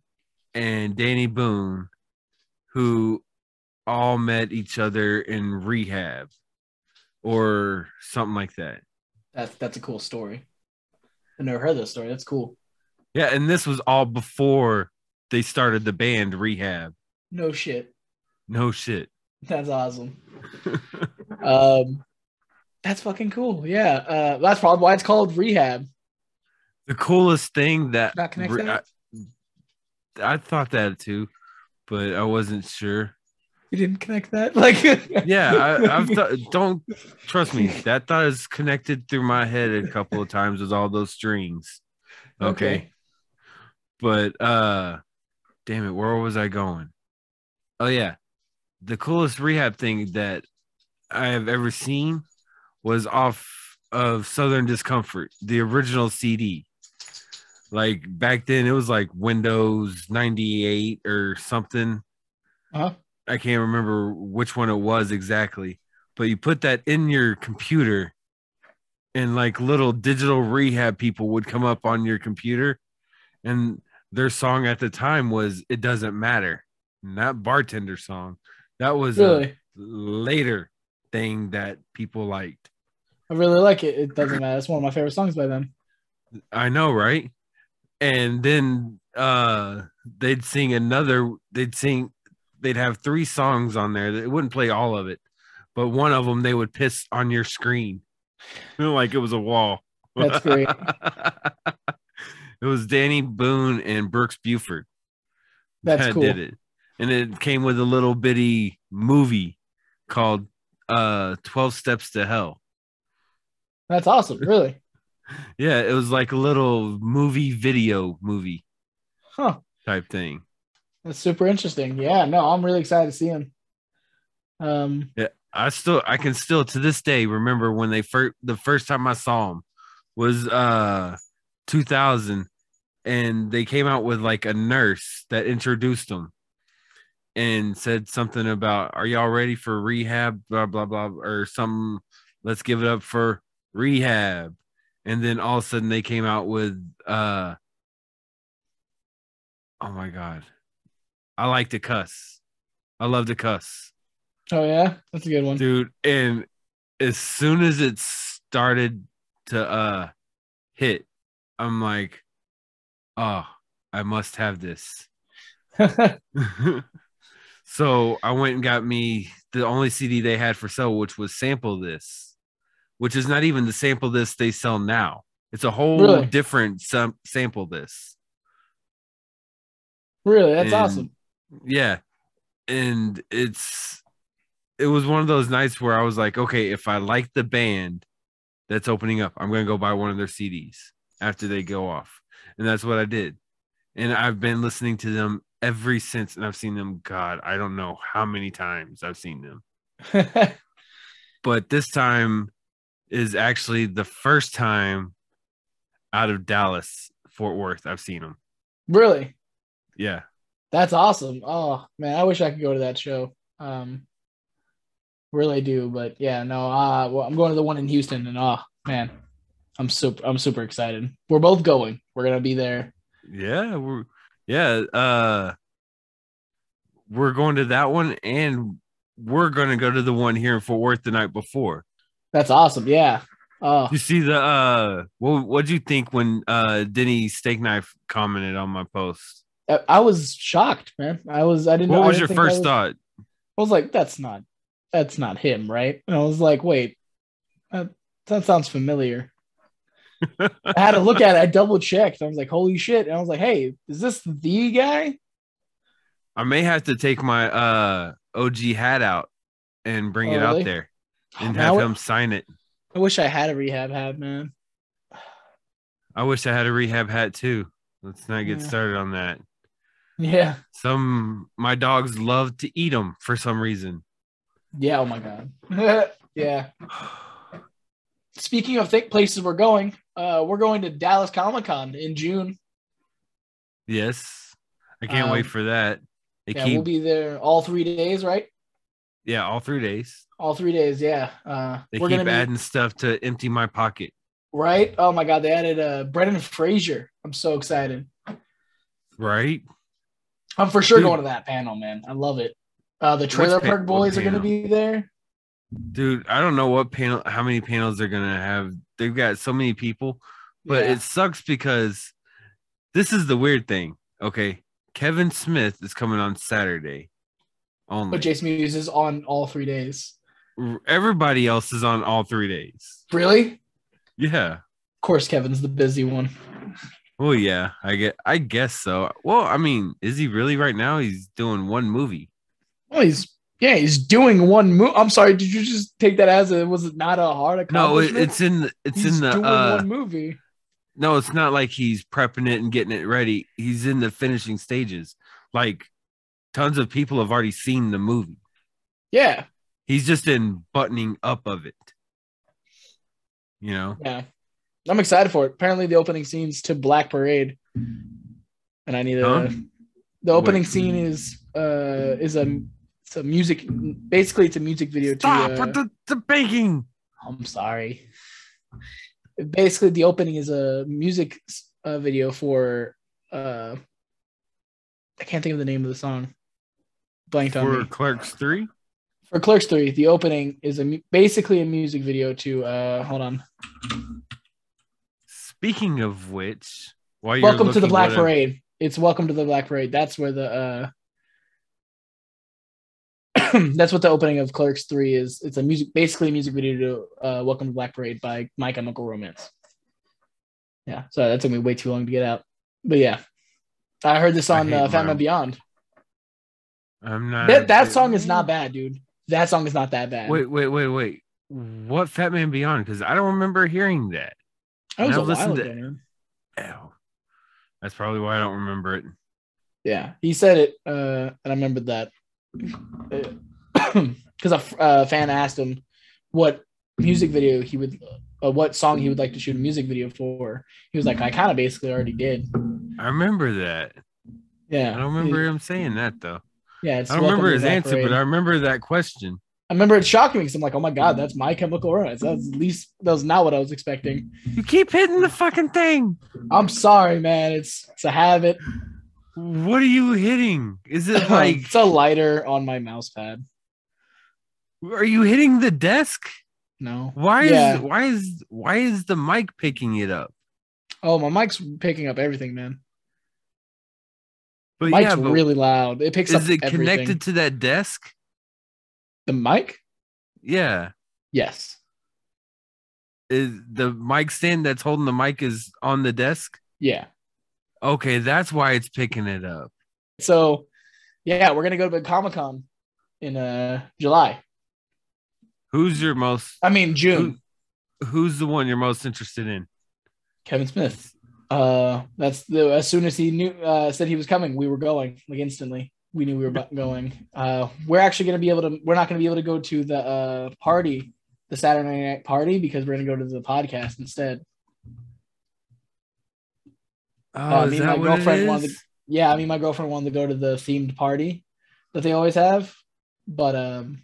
S1: and Danny Boone, who all met each other in rehab or something like that.
S2: That's that's a cool story. I never heard that story. That's cool.
S1: Yeah, and this was all before they started the band Rehab.
S2: No shit.
S1: No shit.
S2: That's awesome. um, that's fucking cool. Yeah. Uh, that's probably why it's called rehab.
S1: The coolest thing that
S2: Not connect
S1: re- I,
S2: that?
S1: I thought that too, but I wasn't sure.
S2: You didn't connect that, like.
S1: Yeah, I, I've thought don't trust me. That thought is connected through my head a couple of times with all those strings. Okay, but uh, damn it, where was I going? Oh yeah, the coolest rehab thing that I have ever seen was off of Southern Discomfort, the original CD. Like back then, it was like Windows 98 or something.
S2: Uh-huh.
S1: I can't remember which one it was exactly, but you put that in your computer, and like little digital rehab people would come up on your computer, and their song at the time was "It Doesn't Matter," not bartender song. That was a
S2: Really,
S1: later thing that people liked.
S2: I really like it. It doesn't matter. It's one of my favorite songs by them.
S1: I know, right? And then uh they'd sing another they'd sing they'd have three songs on there. They wouldn't play all of it, but one of them they would piss on your screen. like it was a wall.
S2: That's great.
S1: it was Danny Boone and Brooks Buford.
S2: That's
S1: that
S2: cool.
S1: did it. And it came with a little bitty movie called uh 12 Steps to Hell.
S2: That's awesome. Really,
S1: Yeah, it was like a little movie video movie
S2: huh?
S1: type thing.
S2: That's super interesting. Yeah, no, I'm really excited to see him. Um,
S1: I still I can still to this day remember when they first the first time I saw them was uh 2000 and they came out with like a nurse that introduced them and said something about are y'all ready for rehab blah blah blah or something let's give it up for rehab and then all of a sudden they came out with uh oh my god I like to cuss I love to cuss
S2: oh yeah, that's a good one.
S1: dude and as soon as it started to uh hit i'm like oh i must have this so i went and got me the only cd they had for sale which was sample this which is not even the sample this they sell now it's a whole
S2: Really?
S1: different sam- sample this
S2: really, that's
S1: and-
S2: awesome.
S1: yeah and it's it was one of those nights where i was like okay if i like the band that's opening up i'm gonna go buy one of their cds after they go off and that's what i did and i've been listening to them every since and i've seen them god i don't know how many times i've seen them but this time is actually the first time out of dallas fort worth i've seen them
S2: really,
S1: yeah
S2: that's awesome. Oh man, I wish I could go to that show. Um, really do, but yeah, no. Uh, well, I'm going to the one in Houston, and oh man, I'm super, I'm super excited. We're both going. We're gonna be there.
S1: Yeah, we're yeah, uh we're going to that one and we're gonna go to the one here in Fort Worth the night before.
S2: That's awesome. Yeah. Oh,
S1: You see the uh what what'd you think when uh Denny Steak Knife commented on my post?
S2: I, I was shocked, man. I was, I didn't.
S1: What
S2: I
S1: was
S2: didn't
S1: your
S2: think I
S1: first
S2: was-
S1: thought?
S2: I was like, that's not that's not him, right? And I was like, wait, that, that sounds familiar. I had to look at it. I double checked. I was like, holy shit. And I was like, hey, is this the guy?
S1: I may have to take my uh OG hat out and bring
S2: Oh,
S1: it
S2: really? Oh,
S1: out there and
S2: Man, I,
S1: have
S2: w-
S1: him sign it.
S2: I wish I had a rehab hat, man.
S1: I wish I had a rehab hat too. Let's not get
S2: Yeah.
S1: started on that.
S2: Yeah.
S1: Some my dogs love to eat them for some reason.
S2: Yeah. Oh my God. yeah. Speaking of thick places we're going, uh, we're going to Dallas Comic Con in June.
S1: Yes. I can't wait
S2: Um,
S1: for that. They
S2: Yeah,
S1: keep
S2: we'll be there all three days, right?
S1: yeah, all three days.
S2: All three days, yeah. Uh,
S1: They
S2: we're
S1: keep
S2: gonna be-
S1: adding stuff to empty my pocket.
S2: right. Oh my god, they added uh, Brendan Fraser. I'm so excited.
S1: Right?
S2: I'm for sure
S1: Dude.
S2: going to that panel, man. I love it. Uh, the
S1: Which
S2: Trailer
S1: pa-
S2: Park
S1: what
S2: Boys are going to
S1: panel?
S2: be there.
S1: Dude, I don't know what panel how many panels they're gonna have. They've got so many people, but
S2: Yeah.
S1: it sucks because this is the weird thing. Okay. Kevin Smith is coming on Saturday only.
S2: but Jason Mewes is on all three days.
S1: R- Everybody else is on all three days.
S2: Really? Of
S1: Yeah.
S2: course, Kevin's the busy one.
S1: Oh yeah, I get I guess so. Well, I mean, is he really right now? He's doing one movie.
S2: Well, he's yeah, he's doing one move. I'm sorry, did you just take that as a was it not a hard
S1: No, it,
S2: accomplishment?
S1: it's in the, it's
S2: He's
S1: in the
S2: doing
S1: uh,
S2: one movie.
S1: no, it's not like he's prepping it and getting it ready. He's in the finishing stages. Like tons of people have already seen the movie.
S2: Yeah.
S1: He's just in buttoning up of it. You know?
S2: Yeah. I'm excited for it. Apparently the opening scene's to Black Parade. And I need to
S1: Huh?
S2: the opening
S1: Wait.
S2: scene is uh is a it's a music basically it's a music video
S1: Stop
S2: to uh,
S1: with the, the baking.
S2: I'm sorry. Basically, the opening is a music uh, video for uh, I can't think of the name of the song. Blanked on
S1: For
S2: me.
S1: Clerks 3.
S2: For Clerks Three, the opening is a mu- basically a music video to uh, hold on.
S1: Speaking of which, while you're
S2: Welcome to the
S1: looking
S2: Black
S1: what I'm-
S2: Parade. It's Welcome to the Black Parade. That's where the uh, that's what the opening of Clerks Three is. It's a music, basically a music video to uh, Welcome to Black Parade by My Chemical Romance. Yeah, sorry that took me way too long to get out, but yeah, I heard this
S1: I
S2: on
S1: hate
S2: uh, Fatman
S1: Mom.
S2: Beyond.
S1: I'm not
S2: That that song is not bad, dude. That song is not that bad.
S1: Wait, wait, wait, wait. What Fat Man Beyond? Because I don't remember hearing that.
S2: that was
S1: I've
S2: a while
S1: listened to-
S2: ago, man.
S1: Ow. That's probably why I don't remember it.
S2: Yeah, he said it, uh, and I remembered that because a f- uh, fan asked him what music video he would, uh, what song he would like to shoot a music video for. He was like, "I kind of basically already did."
S1: I remember that.
S2: Yeah,
S1: I don't remember him saying that though.
S2: Yeah, it's
S1: I don't remember his
S2: Welcome to Black
S1: answer,
S2: Parade.
S1: but I remember that question.
S2: I remember it shocking me because I'm like, "Oh my god, that's My Chemical Romance." That was at least that was not what I was expecting.
S1: You keep hitting the fucking thing.
S2: I'm sorry, man. It's it's a habit. Um,
S1: What are you hitting? Is it like
S2: it's a lighter on my mouse pad.
S1: are you hitting the desk?
S2: No.
S1: Why
S2: Yeah.
S1: is why is why is the mic picking it up?
S2: Oh, my mic's picking up everything, man.
S1: But
S2: Mic's
S1: yeah, but
S2: really loud. It picks up.
S1: is it
S2: everything.
S1: connected to that desk?
S2: The mic?
S1: Yeah.
S2: Yes.
S1: Is the mic stand that's holding the mic is on the desk?
S2: Yeah.
S1: Okay, that's why it's picking it up.
S2: So, yeah, we're gonna go to Comic Con in uh July.
S1: Who's your most
S2: I mean
S1: Hmm.
S2: June.
S1: who- who's the one you're most interested in?
S2: Kevin Smith. Uh, that's the as soon as he knew uh, said he was coming, we were going like instantly. We knew we were bu- going. Uh, we're actually gonna be able to. We're not gonna be able to go to the uh party, the Saturday night party, because we're gonna go to the podcast instead.
S1: Oh,
S2: Uh,
S1: is
S2: me and
S1: that
S2: my
S1: what it
S2: girlfriend wanted
S1: is?
S2: yeah, I mean, my girlfriend wanted to go to the themed party that they always have, but um,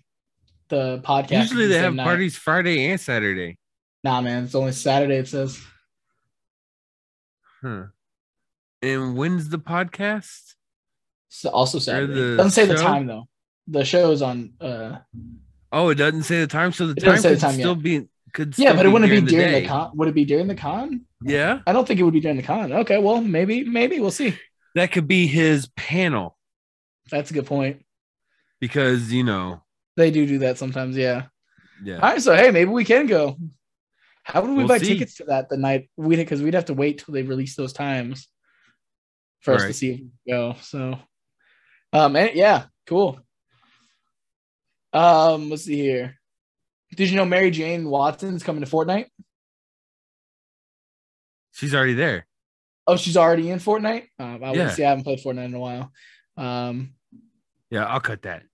S2: the podcast is
S1: Usually they
S2: the same
S1: have
S2: night.
S1: parties Friday and Saturday.
S2: Nah, man, it's only Saturday. It says
S1: Huh. And when's the podcast?
S2: it's also Saturday.
S1: the
S2: doesn't say the
S1: show?
S2: time though. The show is on. Uh,
S1: Oh, it doesn't say the time, so the
S2: It
S1: time
S2: doesn't say the
S1: could
S2: time
S1: still be could.
S2: yeah,
S1: still
S2: but it wouldn't be during
S1: day.
S2: the con. Would it be during the con?
S1: Yeah,
S2: I don't think it would be during the con. Okay, well, maybe, maybe we'll see.
S1: that could be his panel
S2: That's a good point.
S1: because you know.
S2: They do do that sometimes. Yeah.
S1: Yeah,
S2: All right, so hey, maybe we can go. How would we
S1: We'll
S2: buy
S1: see.
S2: tickets to that the night we because we'd have to wait till they release those times for us to
S1: Right.
S2: see if we can go. So, um, and, yeah, cool. Um, let's see here. Did you know Mary Jane Watson's coming to Fortnite?
S1: she's already there.
S2: Oh, she's already in Fortnite. Um, I
S1: Yeah.
S2: see. I haven't played Fortnite in a while. Um,
S1: Yeah, I'll cut that.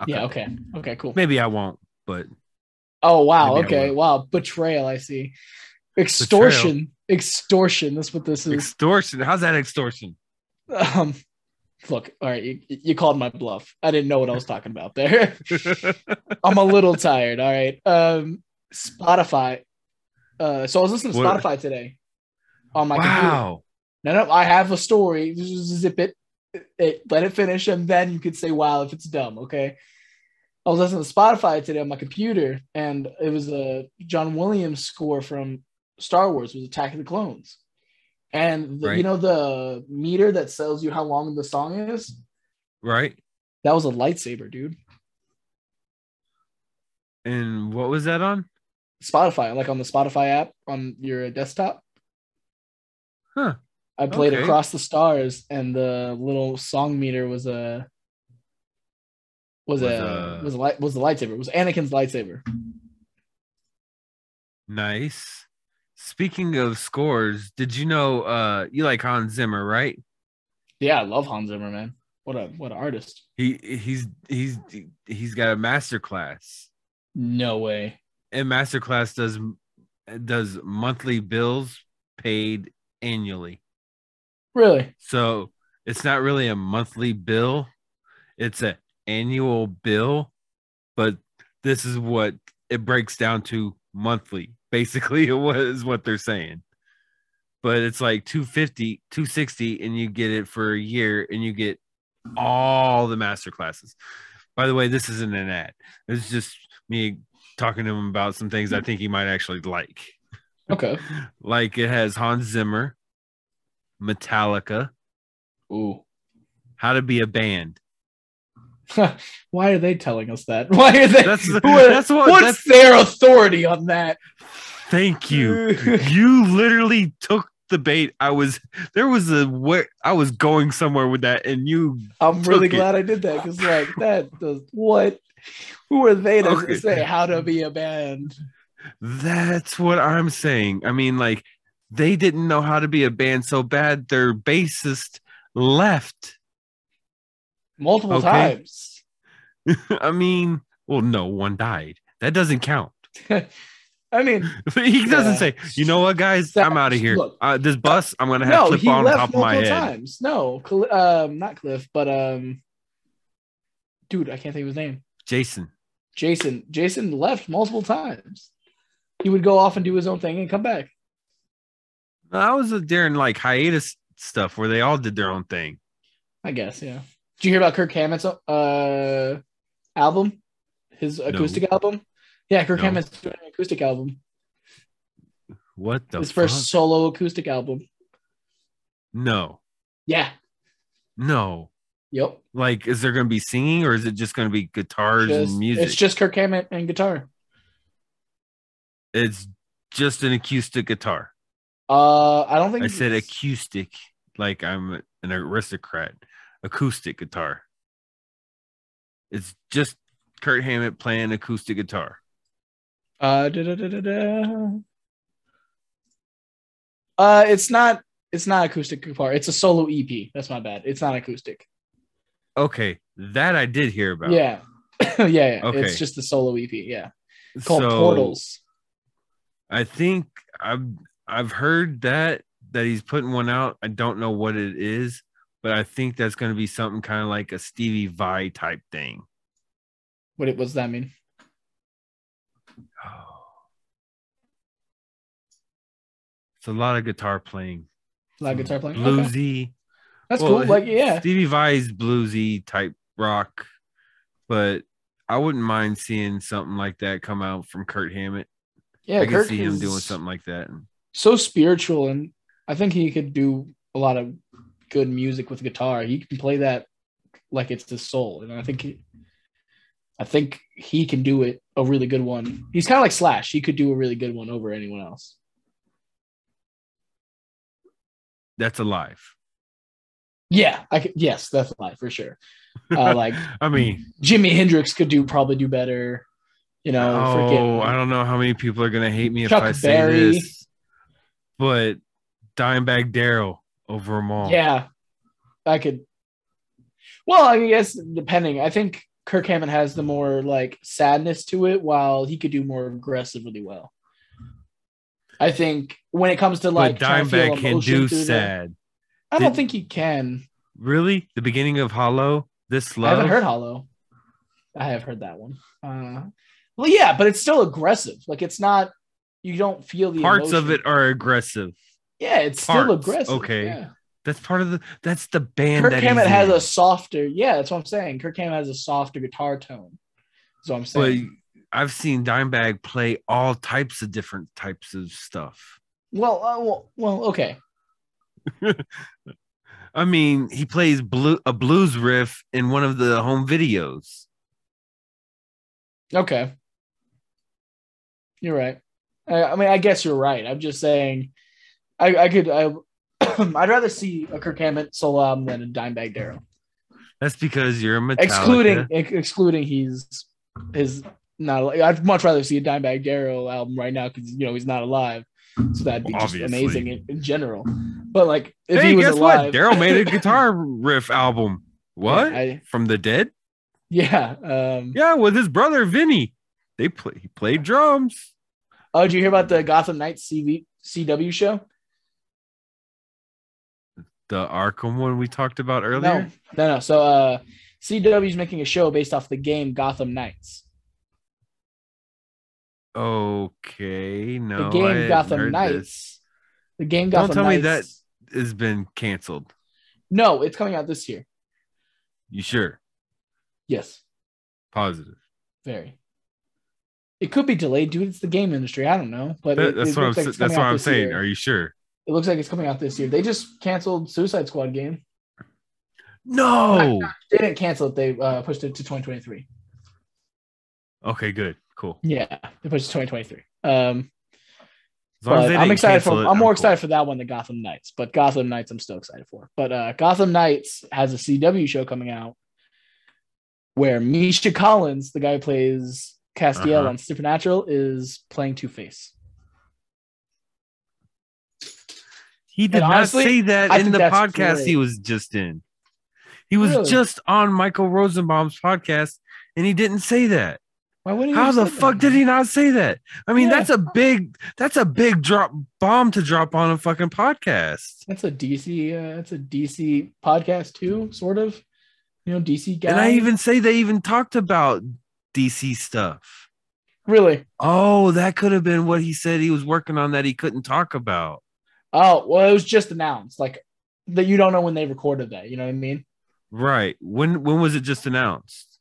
S1: I'll
S2: yeah.
S1: cut that.
S2: Okay. Okay. Cool.
S1: Maybe I won't, but
S2: Oh wow.
S1: Maybe I
S2: Okay.
S1: will.
S2: Wow. Betrayal. I see. Extortion. Extortion. That's what this is.
S1: extortion. How's that extortion?
S2: Um, look, all right, you, you called my bluff. I didn't know what I was talking about there. I'm a little tired. All right. Um, Spotify. Uh, so I was listening to
S1: What-
S2: Spotify today on my computer.
S1: wow.
S2: No, no, I have a story. Just zip it, it, let it finish, and then you could say wow if it's dumb. Okay. I was listening to Spotify today on my computer, and it was a John Williams score from Star Wars was Attack of the Clones. And the, you
S1: Right.
S2: know the meter that tells you how long the song is?
S1: Right.
S2: That was a lightsaber, dude.
S1: And what was that on?
S2: Spotify, like on the Spotify app on your desktop.
S1: Huh.
S2: I played
S1: Okay.
S2: Across the Stars, and the little song meter was a was,
S1: Was
S2: a,
S1: a-
S2: was a light was the lightsaber. It was Anakin's lightsaber.
S1: Nice. Speaking of scores, did you know uh you like Hans Zimmer, right?
S2: Yeah, I love Hans Zimmer, man. What a what an artist.
S1: He he's he's he's got a master class,
S2: No way.
S1: and master class does does monthly bills paid annually.
S2: Really?
S1: So it's not really a monthly bill, it's an annual bill, but this is what it breaks down to monthly. Basically, it was what they're saying. But it's like 250, 260, and you get it for a year and you get all the master classes. By the way, this isn't an ad. It's just me talking to him about some things I think he might actually like.
S2: Okay.
S1: Like it has Hans Zimmer, Metallica,
S2: Ooh.
S1: how to be a band.
S2: Why are they telling us that? Why are they?
S1: That's
S2: who are-
S1: that's what.
S2: what's
S1: That's,
S2: their authority on that?
S1: thank you. You literally took the bait. I was there was a where I was going somewhere with that, and you
S2: I'm
S1: Took
S2: really
S1: it.
S2: glad I did that because like that does what? Who are they to
S1: Okay.
S2: say how to be a band?
S1: that's what I'm saying. I mean, like they didn't know how to be a band so bad their bassist left.
S2: Multiple
S1: Okay.
S2: times.
S1: I mean, well, no, one died. That doesn't count.
S2: I mean,
S1: He doesn't
S2: Yeah.
S1: say, you know what, guys,
S2: That-
S1: I'm out of here.
S2: look.
S1: uh, this bus, I'm gonna have
S2: no,
S1: to flip
S2: he
S1: on
S2: left
S1: top of my
S2: multiple
S1: head.
S2: times. No, Cl- um, not Cliff, but um, dude, I can't think of his name.
S1: Jason,
S2: Jason. Jason left multiple times. He would go off and do his own thing and come back.
S1: No, that was during like hiatus stuff where they all did their own thing.
S2: I guess, yeah. Did you hear about Kirk Hammett's uh album? His acoustic album? Yeah, Kirk
S1: No.
S2: Hammett's doing an acoustic album.
S1: What the
S2: his
S1: fuck?
S2: first solo acoustic album.
S1: No,
S2: Yeah.
S1: no.
S2: Yep.
S1: Like, is there going to be singing or is it just going to be guitars
S2: Just-
S1: and music?
S2: It's just Kirk Hammett and guitar.
S1: It's just an acoustic guitar.
S2: Uh I don't think
S1: I said
S2: it's-
S1: acoustic, like I'm an aristocrat. Acoustic guitar. It's just Kurt Hammett playing acoustic guitar.
S2: uh da, da, da, da, da. Uh it's not it's not acoustic guitar. It's a solo EP. That's my bad. It's not acoustic.
S1: Okay, that I did hear about.
S2: Yeah. yeah, yeah.
S1: Okay.
S2: It's just the solo EP, yeah. It's called
S1: So,
S2: Portals.
S1: I think I've I've heard that that he's putting one out. I don't know what it is, but I think that's going to be something kind of like a Stevie Vai type thing.
S2: What it what does that mean? Oh.
S1: It's a lot of guitar playing, Hmm.
S2: Loud guitar playing. Okay.
S1: bluesy.
S2: That's
S1: Well,
S2: cool. Like, yeah.
S1: Stevie Vai's bluesy type rock, but I wouldn't mind seeing something like that come out from Kurt Hammett.
S2: Yeah.
S1: I can
S2: Kirk
S1: see him
S2: is
S1: doing something like that.
S2: So spiritual. And I think he could do a lot of good music with guitar. He can play that like it's his soul. And I think, he, I think he can do it a really good one. He's kind of like Slash. He could do a really good one over anyone else.
S1: That's alive.
S2: Yeah. I could, yes. That's live for sure. Uh, like
S1: I mean,
S2: Jimi Hendrix could do probably do better. You know,
S1: oh,
S2: freaking-
S1: I don't know how many people are gonna hate me
S2: Chuck
S1: if I say
S2: Berry.
S1: this, but Dimebag Daryl over them all.
S2: Yeah, I could. Well, I guess depending. I think Kirk Hammett has the more like sadness to it, while he could do more aggressive really well. I think when it comes to like
S1: but
S2: trying to feel
S1: Dimebag can
S2: emotion
S1: do
S2: through the-
S1: sad.
S2: I don't
S1: Did-
S2: think he can.
S1: Really, the beginning of Hollow, this
S2: I haven't
S1: love.
S2: heard Hollow. I have heard that one. Uh, well, yeah, but it's still aggressive. Like it's not. You don't feel the
S1: parts of
S2: emotion.
S1: it are aggressive.
S2: Yeah, it's still
S1: parts,
S2: aggressive.
S1: okay.
S2: yeah.
S1: That's part of the. That's the band.
S2: Kirk
S1: that
S2: Hammett
S1: he's
S2: has
S1: in.
S2: a softer, yeah, that's what I'm saying. Kirk Hammett has a softer guitar tone. That's what I'm
S1: But
S2: saying.
S1: I've seen Dimebag play all types of different types of stuff.
S2: well, uh, well, well, okay.
S1: I mean, he plays blue a blues riff in one of the home videos.
S2: Okay. You're right. I, I mean, I guess you're right. I'm just saying I, I could I I'd rather see a Kirk Hammett solo album than a Dimebag Darrell.
S1: That's because you're a Metallica.
S2: Excluding ex- excluding he's his not al- I'd much rather see a Dimebag Darrell album right now because you know he's not alive. So that'd be
S1: Obviously.
S2: just amazing in, in general. But like if
S1: hey,
S2: he was
S1: guess
S2: alive,
S1: what? Daryl made a guitar riff album. What?
S2: I-
S1: From the dead?
S2: Yeah. Um,
S1: Yeah, with his brother Vinny. They play he played drums.
S2: Oh, did you hear about the Gotham Knights CV, CW show?
S1: The Arkham one we talked about earlier.
S2: No, no, no. So uh, CW is making a show based off the game Gotham Knights.
S1: Okay, no.
S2: the
S1: I
S2: game
S1: hadn't
S2: Gotham
S1: heard
S2: Knights.
S1: this.
S2: The game
S1: Don't
S2: Gotham
S1: tell me
S2: Knights.
S1: that- It's been canceled.
S2: No, it's coming out this year.
S1: You sure?
S2: Yes,
S1: Positive.
S2: very. It could be delayed, dude. It's the game industry. I don't know, but
S1: That-
S2: it-
S1: that's
S2: it
S1: what I'm.
S2: looks like
S1: sa-
S2: it's
S1: that's
S2: coming
S1: what
S2: out
S1: I'm
S2: this
S1: saying.
S2: year.
S1: Are you sure?
S2: It looks like it's coming out this year. They just canceled Suicide Squad game.
S1: No.
S2: They didn't cancel it. They uh, pushed it to 2023.
S1: okay. Good. Cool.
S2: Yeah, they pushed it to 2023. Um,
S1: As long as
S2: But
S1: they
S2: I'm
S1: didn't
S2: excited for.
S1: cancel it,
S2: I'm, more
S1: cool.
S2: excited for that one than Gotham Knights, but Gotham Knights I'm still excited for. But uh, Gotham Knights has a CW show coming out where Misha Collins, the guy who plays Castiel
S1: Uh-huh.
S2: on Supernatural, is playing Two Face.
S1: He did
S2: And
S1: not
S2: honestly,
S1: say that
S2: I
S1: in
S2: think
S1: the
S2: that's
S1: podcast
S2: great.
S1: he was just in. He was
S2: Really?
S1: just on Michael Rosenbaum's podcast and he didn't say that.
S2: Why would he?
S1: How the fuck did he not say that? I mean,
S2: Yeah.
S1: that's a big that's a big drop bomb to drop on a fucking podcast.
S2: That's a DC. Uh, that's a DC podcast too, sort of. You know, DC guy.
S1: And I even say they even talked about DC stuff.
S2: really.
S1: Oh, that could have been what he said he was working on that he couldn't talk about.
S2: Oh well, it was just announced like that. You don't know when they recorded that. You know what I mean?
S1: Right. When when was it just announced?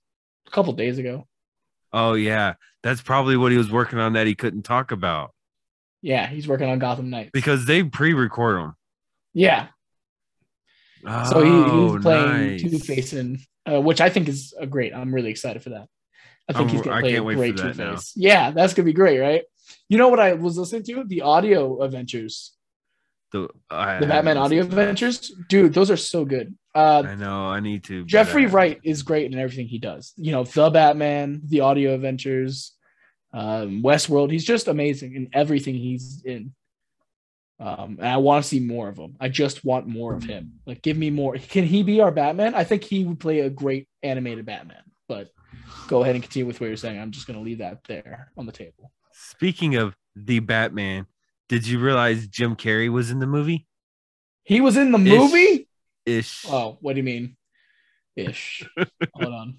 S2: A couple days ago.
S1: Oh yeah, that's probably what he was working on that he couldn't talk about
S2: Yeah, he's working on Gotham Knights.
S1: because they pre-record him.
S2: yeah,
S1: Oh,
S2: So he, he's playing
S1: nice.
S2: Two Face, and uh, which I think is uh, great. I'm really excited for that. I think
S1: I'm-
S2: he's gonna
S1: I
S2: play a
S1: can't wait for
S2: great Two
S1: that now.
S2: Face. Yeah, that's gonna be great, right? You know what I was listening to? The audio adventures,
S1: The, I-
S2: the Batman audio adventures, dude. Those are so good. Uh,
S1: I know. I need to. but
S2: Jeffrey
S1: I-
S2: Wright is great in everything he does. You know, the Batman, the audio adventures, um, Westworld. He's just amazing in everything he's in. Um, and I want to see more of him. I just want more of him. Like, give me more. Can he be our Batman? I think he would play a great animated Batman. But go ahead and continue with what you're saying. I'm just going to leave that there on the table.
S1: Speaking of the Batman, did you realize Jim Carrey was in the movie?
S2: He was in the
S1: Ish.
S2: movie.
S1: Ish.
S2: Oh, what do you mean? Ish. Hold on.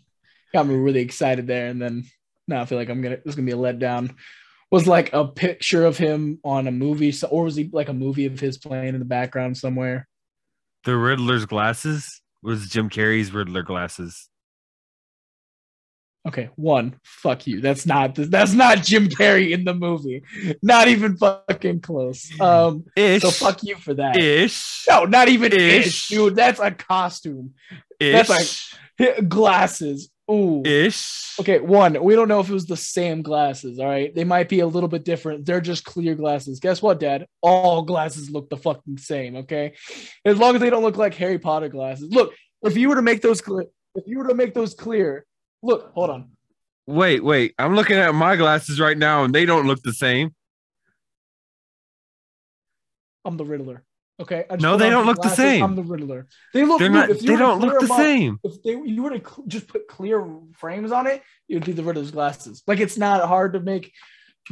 S2: Got me really excited there, and then now I feel like I'm gonna it's gonna be a letdown. Was like a picture of him on a movie, so, or was he like a movie of his playing in the background somewhere?
S1: The Riddler's glasses was Jim Carrey's Riddler glasses.
S2: Okay, one. Fuck you. That's not that's not Jim Carrey in the movie. Not even fucking close. Um,
S1: Ish.
S2: so fuck you for that.
S1: Ish.
S2: No, not even ish.
S1: Ish.
S2: dude. That's a costume.
S1: Ish.
S2: that's Glasses. Ooh.
S1: Ish.
S2: Okay, one, we don't know if it was the same glasses. All right, they might be a little bit different. They're just clear glasses. Guess what, Dad? All glasses look the fucking same. Okay, as long as they don't look like Harry Potter glasses. Look, if you were to make those clear, if you were to make those clear, look, hold on.
S1: Wait, wait. I'm looking at my glasses right now, and they don't look the same.
S2: I'm the Riddler. Okay, I just
S1: No,
S2: put
S1: they
S2: on
S1: don't
S2: these
S1: look the same.
S2: I'm the Riddler. They look.
S1: They're
S2: dude,
S1: not.
S2: if you
S1: They
S2: were to
S1: don't look
S2: clear
S1: the
S2: them up-
S1: same.
S2: If they you were to cl- just put clear frames on it, it would be the Riddler's glasses. Like it's not hard to make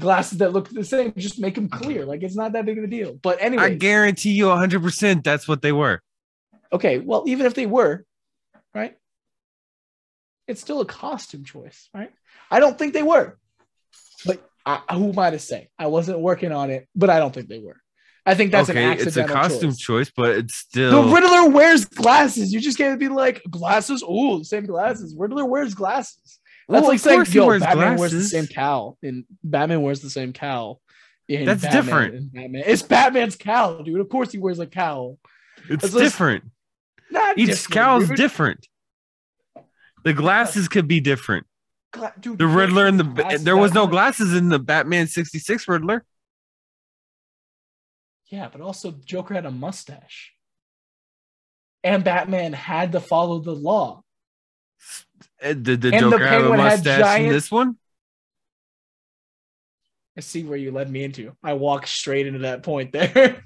S2: glasses that look the same. Just make them clear. Like it's not that big of a deal. But
S1: I
S2: anyway,
S1: guarantee you 100% that's what they were.
S2: okay. Well, even if they were, right? It's still a costume choice, right? I don't think they were, but I, who am I to say? I wasn't working on it, but I don't think they were. I think that's an
S1: okay, it's
S2: accidental
S1: a costume
S2: choice.
S1: choice. but it's
S2: The
S1: still
S2: Riddler wears glasses. You just can't be like glasses. Ooh, same glasses. Riddler wears glasses.
S1: Well,
S2: That's like
S1: of
S2: saying
S1: course he
S2: yo,
S1: wears
S2: Batman wears the
S1: glasses.
S2: same cowl, and Batman wears the same cowl. in
S1: That's
S2: Batman
S1: different.
S2: and Batman. It's Batman's cowl, dude. Of course he wears a cowl.
S1: It's
S2: It's just-
S1: different.
S2: Not
S1: Each
S2: different,
S1: scowl's
S2: dude.
S1: different. The glasses could be different.
S2: Gla- dude,
S1: The
S2: you can't
S1: Riddler and
S2: use
S1: the
S2: glasses
S1: there was
S2: that
S1: no
S2: much.
S1: glasses in the Batman 66 Riddler.
S2: Yeah, but also Joker had a mustache, and Batman had to follow the law.
S1: Uh, Did the
S2: And the
S1: Joker have a
S2: Penguin had
S1: mustache in
S2: giant-
S1: this one?
S2: I see where you led me into. I walked straight into that point there.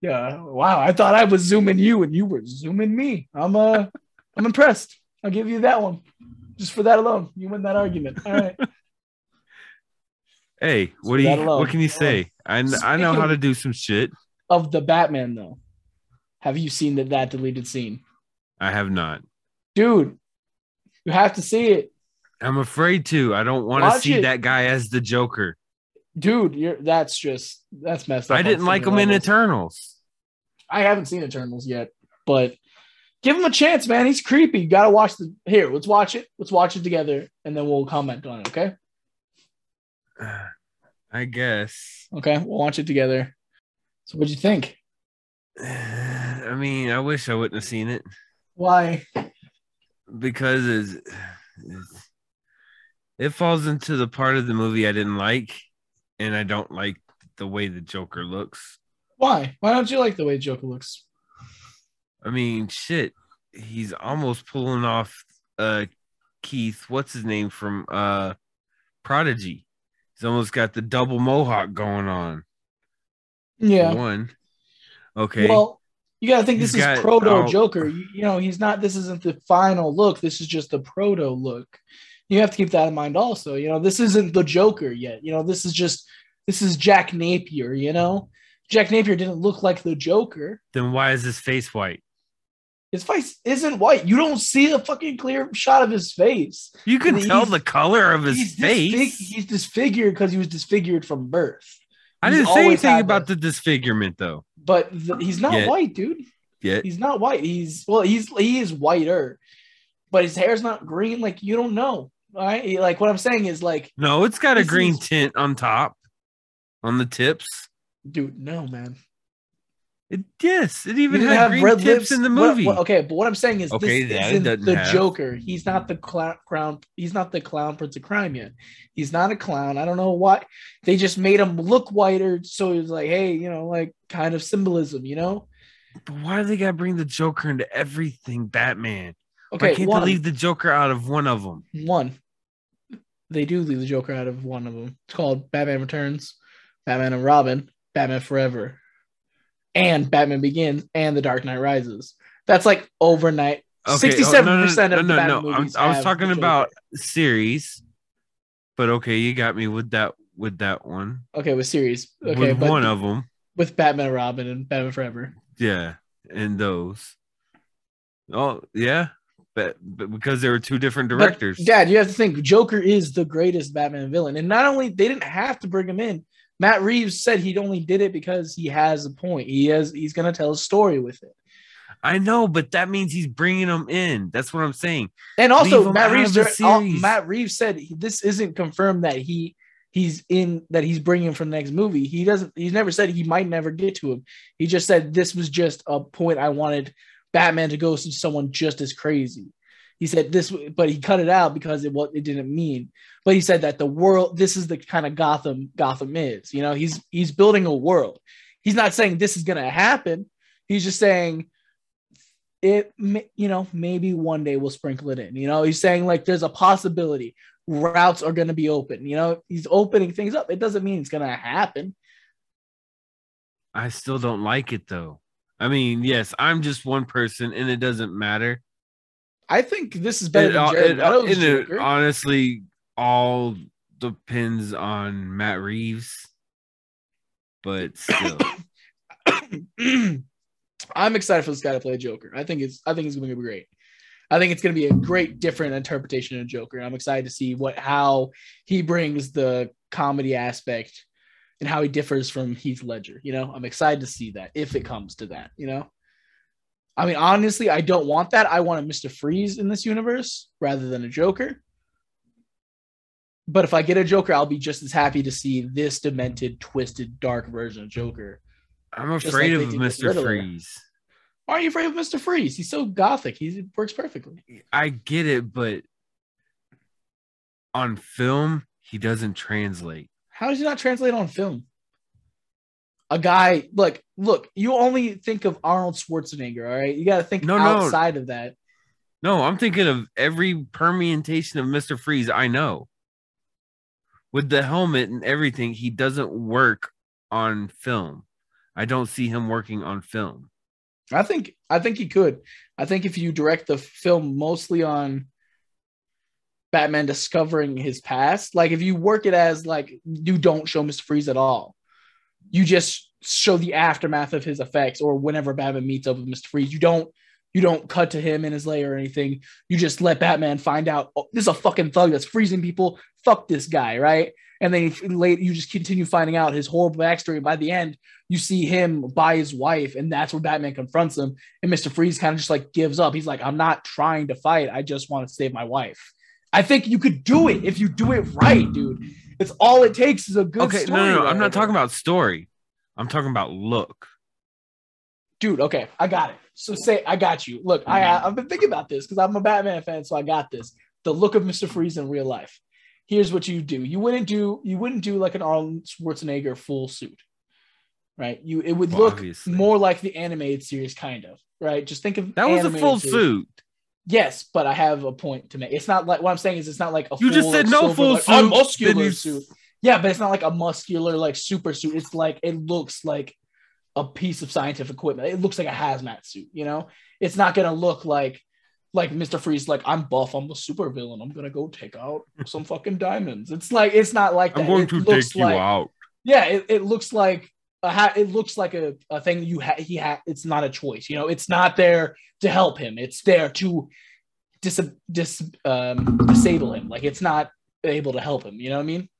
S2: yeah. Wow. I thought I was zooming you and you were zooming me. I'm uh I'm impressed. I'll give you that one. Just for that alone, you win that argument. All right.
S1: Hey, what do
S2: that
S1: you?
S2: alone.
S1: What can you
S2: That
S1: say? I, kn- I know how
S2: Speaking-
S1: to do some shit.
S2: of the Batman though. Have you seen that that deleted scene?
S1: I have not.
S2: Dude, you have to see it.
S1: I'm afraid to. I don't want to
S2: Watch
S1: see
S2: it.
S1: that guy as the Joker.
S2: Dude, you're that's just that's messed up.
S1: I
S2: on
S1: didn't
S2: so
S1: like
S2: many
S1: him in
S2: levels.
S1: Eternals.
S2: I haven't seen Eternals yet, but give him a chance, man. He's creepy. You gotta watch the here, let's watch it. Let's watch it together and then we'll comment on it, okay?
S1: I guess.
S2: Okay, we'll watch it together. So what'd you think?
S1: I mean, I wish I wouldn't have seen it
S2: Why?
S1: because it's, it's- it falls into the part of the movie I didn't like, and I don't like the way the Joker looks.
S2: Why? Why don't you like the way Joker looks?
S1: I mean, shit, he's almost pulling off uh Keith, what's his name from uh Prodigy. He's almost got the double mohawk going on.
S2: Yeah.
S1: One. Okay.
S2: Well, you got to think
S1: He's
S2: this
S1: got-
S2: is proto
S1: oh.
S2: Joker. You, you know, he's not. This isn't the final look. This is just the proto look. You have to keep that in mind also. You know, this isn't the Joker yet. You know, this is just this is Jack Napier. You know, Jack Napier didn't look like the Joker.
S1: then why is his face white?
S2: His face isn't white. You don't see a fucking clear shot of his face.
S1: You can
S2: He's-
S1: tell the color of his face.
S2: disfig- he's disfigured because he was disfigured from birth.
S1: I
S2: he's
S1: didn't say
S2: always
S1: anything
S2: had
S1: about the disfigurement though.
S2: But th- he's not
S1: Yeah.
S2: white, dude.
S1: Yet
S2: He's not white. He's well, he's he is whiter, but his hair's not green. Like you don't know. All right. He- Like what I'm saying is like,
S1: no, it's got a
S2: This
S1: green
S2: is-
S1: tint on top, on the tips.
S2: dude, no, man.
S1: It, yes, it
S2: You
S1: even
S2: didn't
S1: had green tips in the
S2: What-
S1: movie.
S2: what- okay, but what I'm saying is
S1: Okay,
S2: this
S1: that it
S2: isn't
S1: doesn't
S2: the
S1: have. Mm-hmm.
S2: Joker. He's not the clown crown. He's not the clown prince of crime yet. He's not a clown. I don't know why they just made him look whiter. So it's like, hey, you know, like kind of symbolism, you know?
S1: But why do they gotta bring the Joker into everything, Batman?
S2: Okay,
S1: Why can't
S2: one,
S1: they leave the Joker out of one of them?
S2: one. They do leave the Joker out of one of them. It's called Batman Returns, Batman and Robin, Batman Forever, and Batman Begins, and The Dark Knight Rises. That's like overnight.
S1: oh,
S2: Sixty-seven percent of the Batman
S1: I'm-
S2: movies.
S1: I was
S2: have
S1: talking
S2: the Joker.
S1: about series, but okay, you got me with that with that one.
S2: okay with series. Okay,
S1: with
S2: but
S1: one of them,
S2: with Batman and Robin and Batman Forever.
S1: yeah, and those. Oh yeah, but, but because there were two different
S2: But,
S1: directors.
S2: Dad, you have to think Joker is the greatest Batman villain, and not only they didn't have to bring him in. Matt Reeves said he only did it because he has a point. He has he's gonna tell a story with it.
S1: I know, but that means he's bringing them in. That's what I'm saying.
S2: And
S1: Leave
S2: also,
S1: him
S2: Matt
S1: out of
S2: Reeves.
S1: the
S2: direct- all-
S1: series.
S2: Matt Reeves said he- this isn't confirmed that he he's in that he's bringing from the next movie. He doesn't. He's never said he might never get to him. He just said this was just a point I wanted Batman to go to someone just as crazy. He said this, but he cut it out because it what it didn't mean. But he said that the world. This is the kind of Gotham Gotham is. You know, he's he's building a world. He's not saying this is gonna happen. He's just saying it may- you know maybe one day we'll sprinkle it in you know he's saying like there's a possibility routes are going to be open you know he's opening things up it doesn't mean it's going to happen
S1: I still don't like it though. I mean, yes, I'm just one person, and it doesn't matter.
S2: i think this is better
S1: it,
S2: than
S1: all-
S2: Jared
S1: it, uh, all-
S2: Leto's
S1: and it
S2: Joker.
S1: honestly all depends on Matt Reeves, but still,
S2: i'm excited for this guy to play joker i think it's i think it's going to be great i think it's going to be a great different interpretation of joker i'm excited to see what how he brings the comedy aspect and how he differs from heath ledger you know i'm excited to see that if it comes to that you know i mean honestly i don't want that i want a mr freeze in this universe rather than a joker but if i get a joker i'll be just as happy to see this demented twisted dark version of joker
S1: I'm
S2: Just
S1: afraid
S2: like
S1: of
S2: they did with
S1: Mr.
S2: Riddler.
S1: Freeze.
S2: Why are you afraid of Mr. Freeze? He's so gothic. He works perfectly.
S1: I get it, but on film he doesn't translate.
S2: How does he not translate on film? A guy, like, look, you only think of Arnold Schwarzenegger, all right? You got to think
S1: No, no.
S2: outside of that.
S1: No, I'm thinking of every permutation of Mr. Freeze I know. With the helmet and everything, he doesn't work on film. I don't see him working on film.
S2: I think I think he could. I think if you direct the film mostly on Batman discovering his past, like if you work it as like you don't show Mr. Freeze at all, you just show the aftermath of his effects or whenever Batman meets up with Mr. Freeze, you don't you don't cut to him in his lair or anything. You just let Batman find out oh, this is a fucking thug that's freezing people. Fuck this guy, right? And then later you just continue finding out his horrible backstory. By the end, you see him by his wife, and that's where Batman confronts him. And Mister Freeze kind of just like gives up. He's like, "I'm not trying to fight. I just want to save my wife." I think you could do it if you do it right, dude. It's all it takes is a good.
S1: Okay, no, no, no. I'm not talking about story. I'm talking about look
S2: dude okay i got it so say i got you look i
S1: Mm-hmm.
S2: i've been thinking about this because i'm a batman fan so i got this the look of mr freeze in real life here's what you do you wouldn't do you wouldn't do like an arnold schwarzenegger full suit right you it would well, look obviously. more like the animated series kind of right just think of
S1: that was a full
S2: series.
S1: suit
S2: yes but i have a point to make it's not like what i'm saying is it's not like a
S1: you full, just said like, no full
S2: like,
S1: suit
S2: muscular you... suit yeah but it's not like a muscular like super suit it's like it looks like a piece of scientific equipment. It looks like a hazmat suit, you know? It's not gonna look like like Mr. Freeze, like I'm buff, I'm a super villain. I'm gonna go take out some fucking diamonds. It's like it's not like that.
S1: I'm going
S2: it
S1: to take you
S2: like,
S1: out.
S2: Yeah, it, it looks like a ha- it looks like a, a thing you ha- he had it's not a choice, you know, it's not there to help him, it's there to dis, dis- um, disable him. Like it's not able to help him, you know what I mean?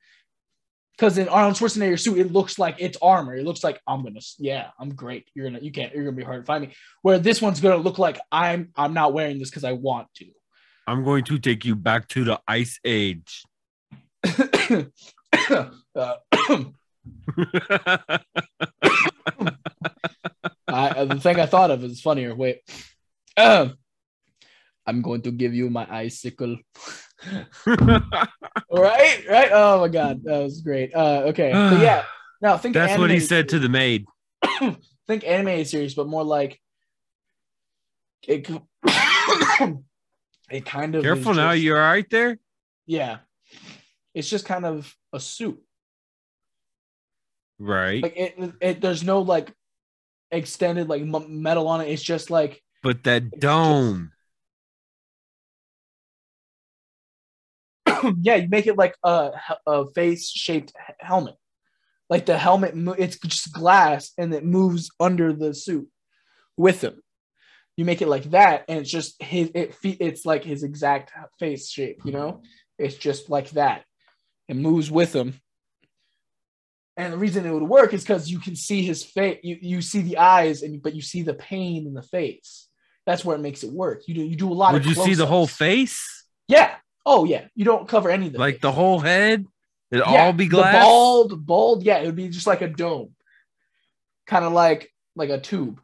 S2: because in Arnold Schwarzenegger suit, it looks like it's armor. It looks like I'm gonna, yeah, I'm great. You're gonna, you can't, you're gonna be hard to find me. Where this one's gonna look like I'm, I'm not wearing this because I want to.
S1: I'm going to take you back to the Ice Age.
S2: uh, I, uh, the thing I thought of is funnier. Wait, uh, I'm going to give you my icicle. right, right. Oh my god, that was great. Uh, okay, but yeah. No, think
S1: That's what he
S2: animated
S1: said to the maid.
S2: series. think animated series, but more like it. it kind of
S1: Careful
S2: is
S1: now,
S2: just-
S1: you're all right there.
S2: yeah. It's just kind of a suit.
S1: Right,
S2: Like it, it there's no like extended like m- metal on it. It's just like
S1: but that dome.
S2: yeah, you make it like a, a face shaped helmet. Like the helmet, mo- it's just glass and it moves under the suit with him. You make it like that, and it's just his. It fe- it's like his exact face shape. You know, it's just like that. It moves with him. And the reason it would work is because you can see his face. You you see the eyes, and but you see the pain in the face. That's where it makes it work. You do you do a lot
S1: Would
S2: of.
S1: you see the whole
S2: close-ups.
S1: face,
S2: Yeah. Oh yeah. You don't cover anything.
S1: like the whole head? It
S2: Yeah,
S1: all be
S2: the
S1: glass.
S2: bald, bald. Yeah, it would be just like a dome, kind of like like a tube,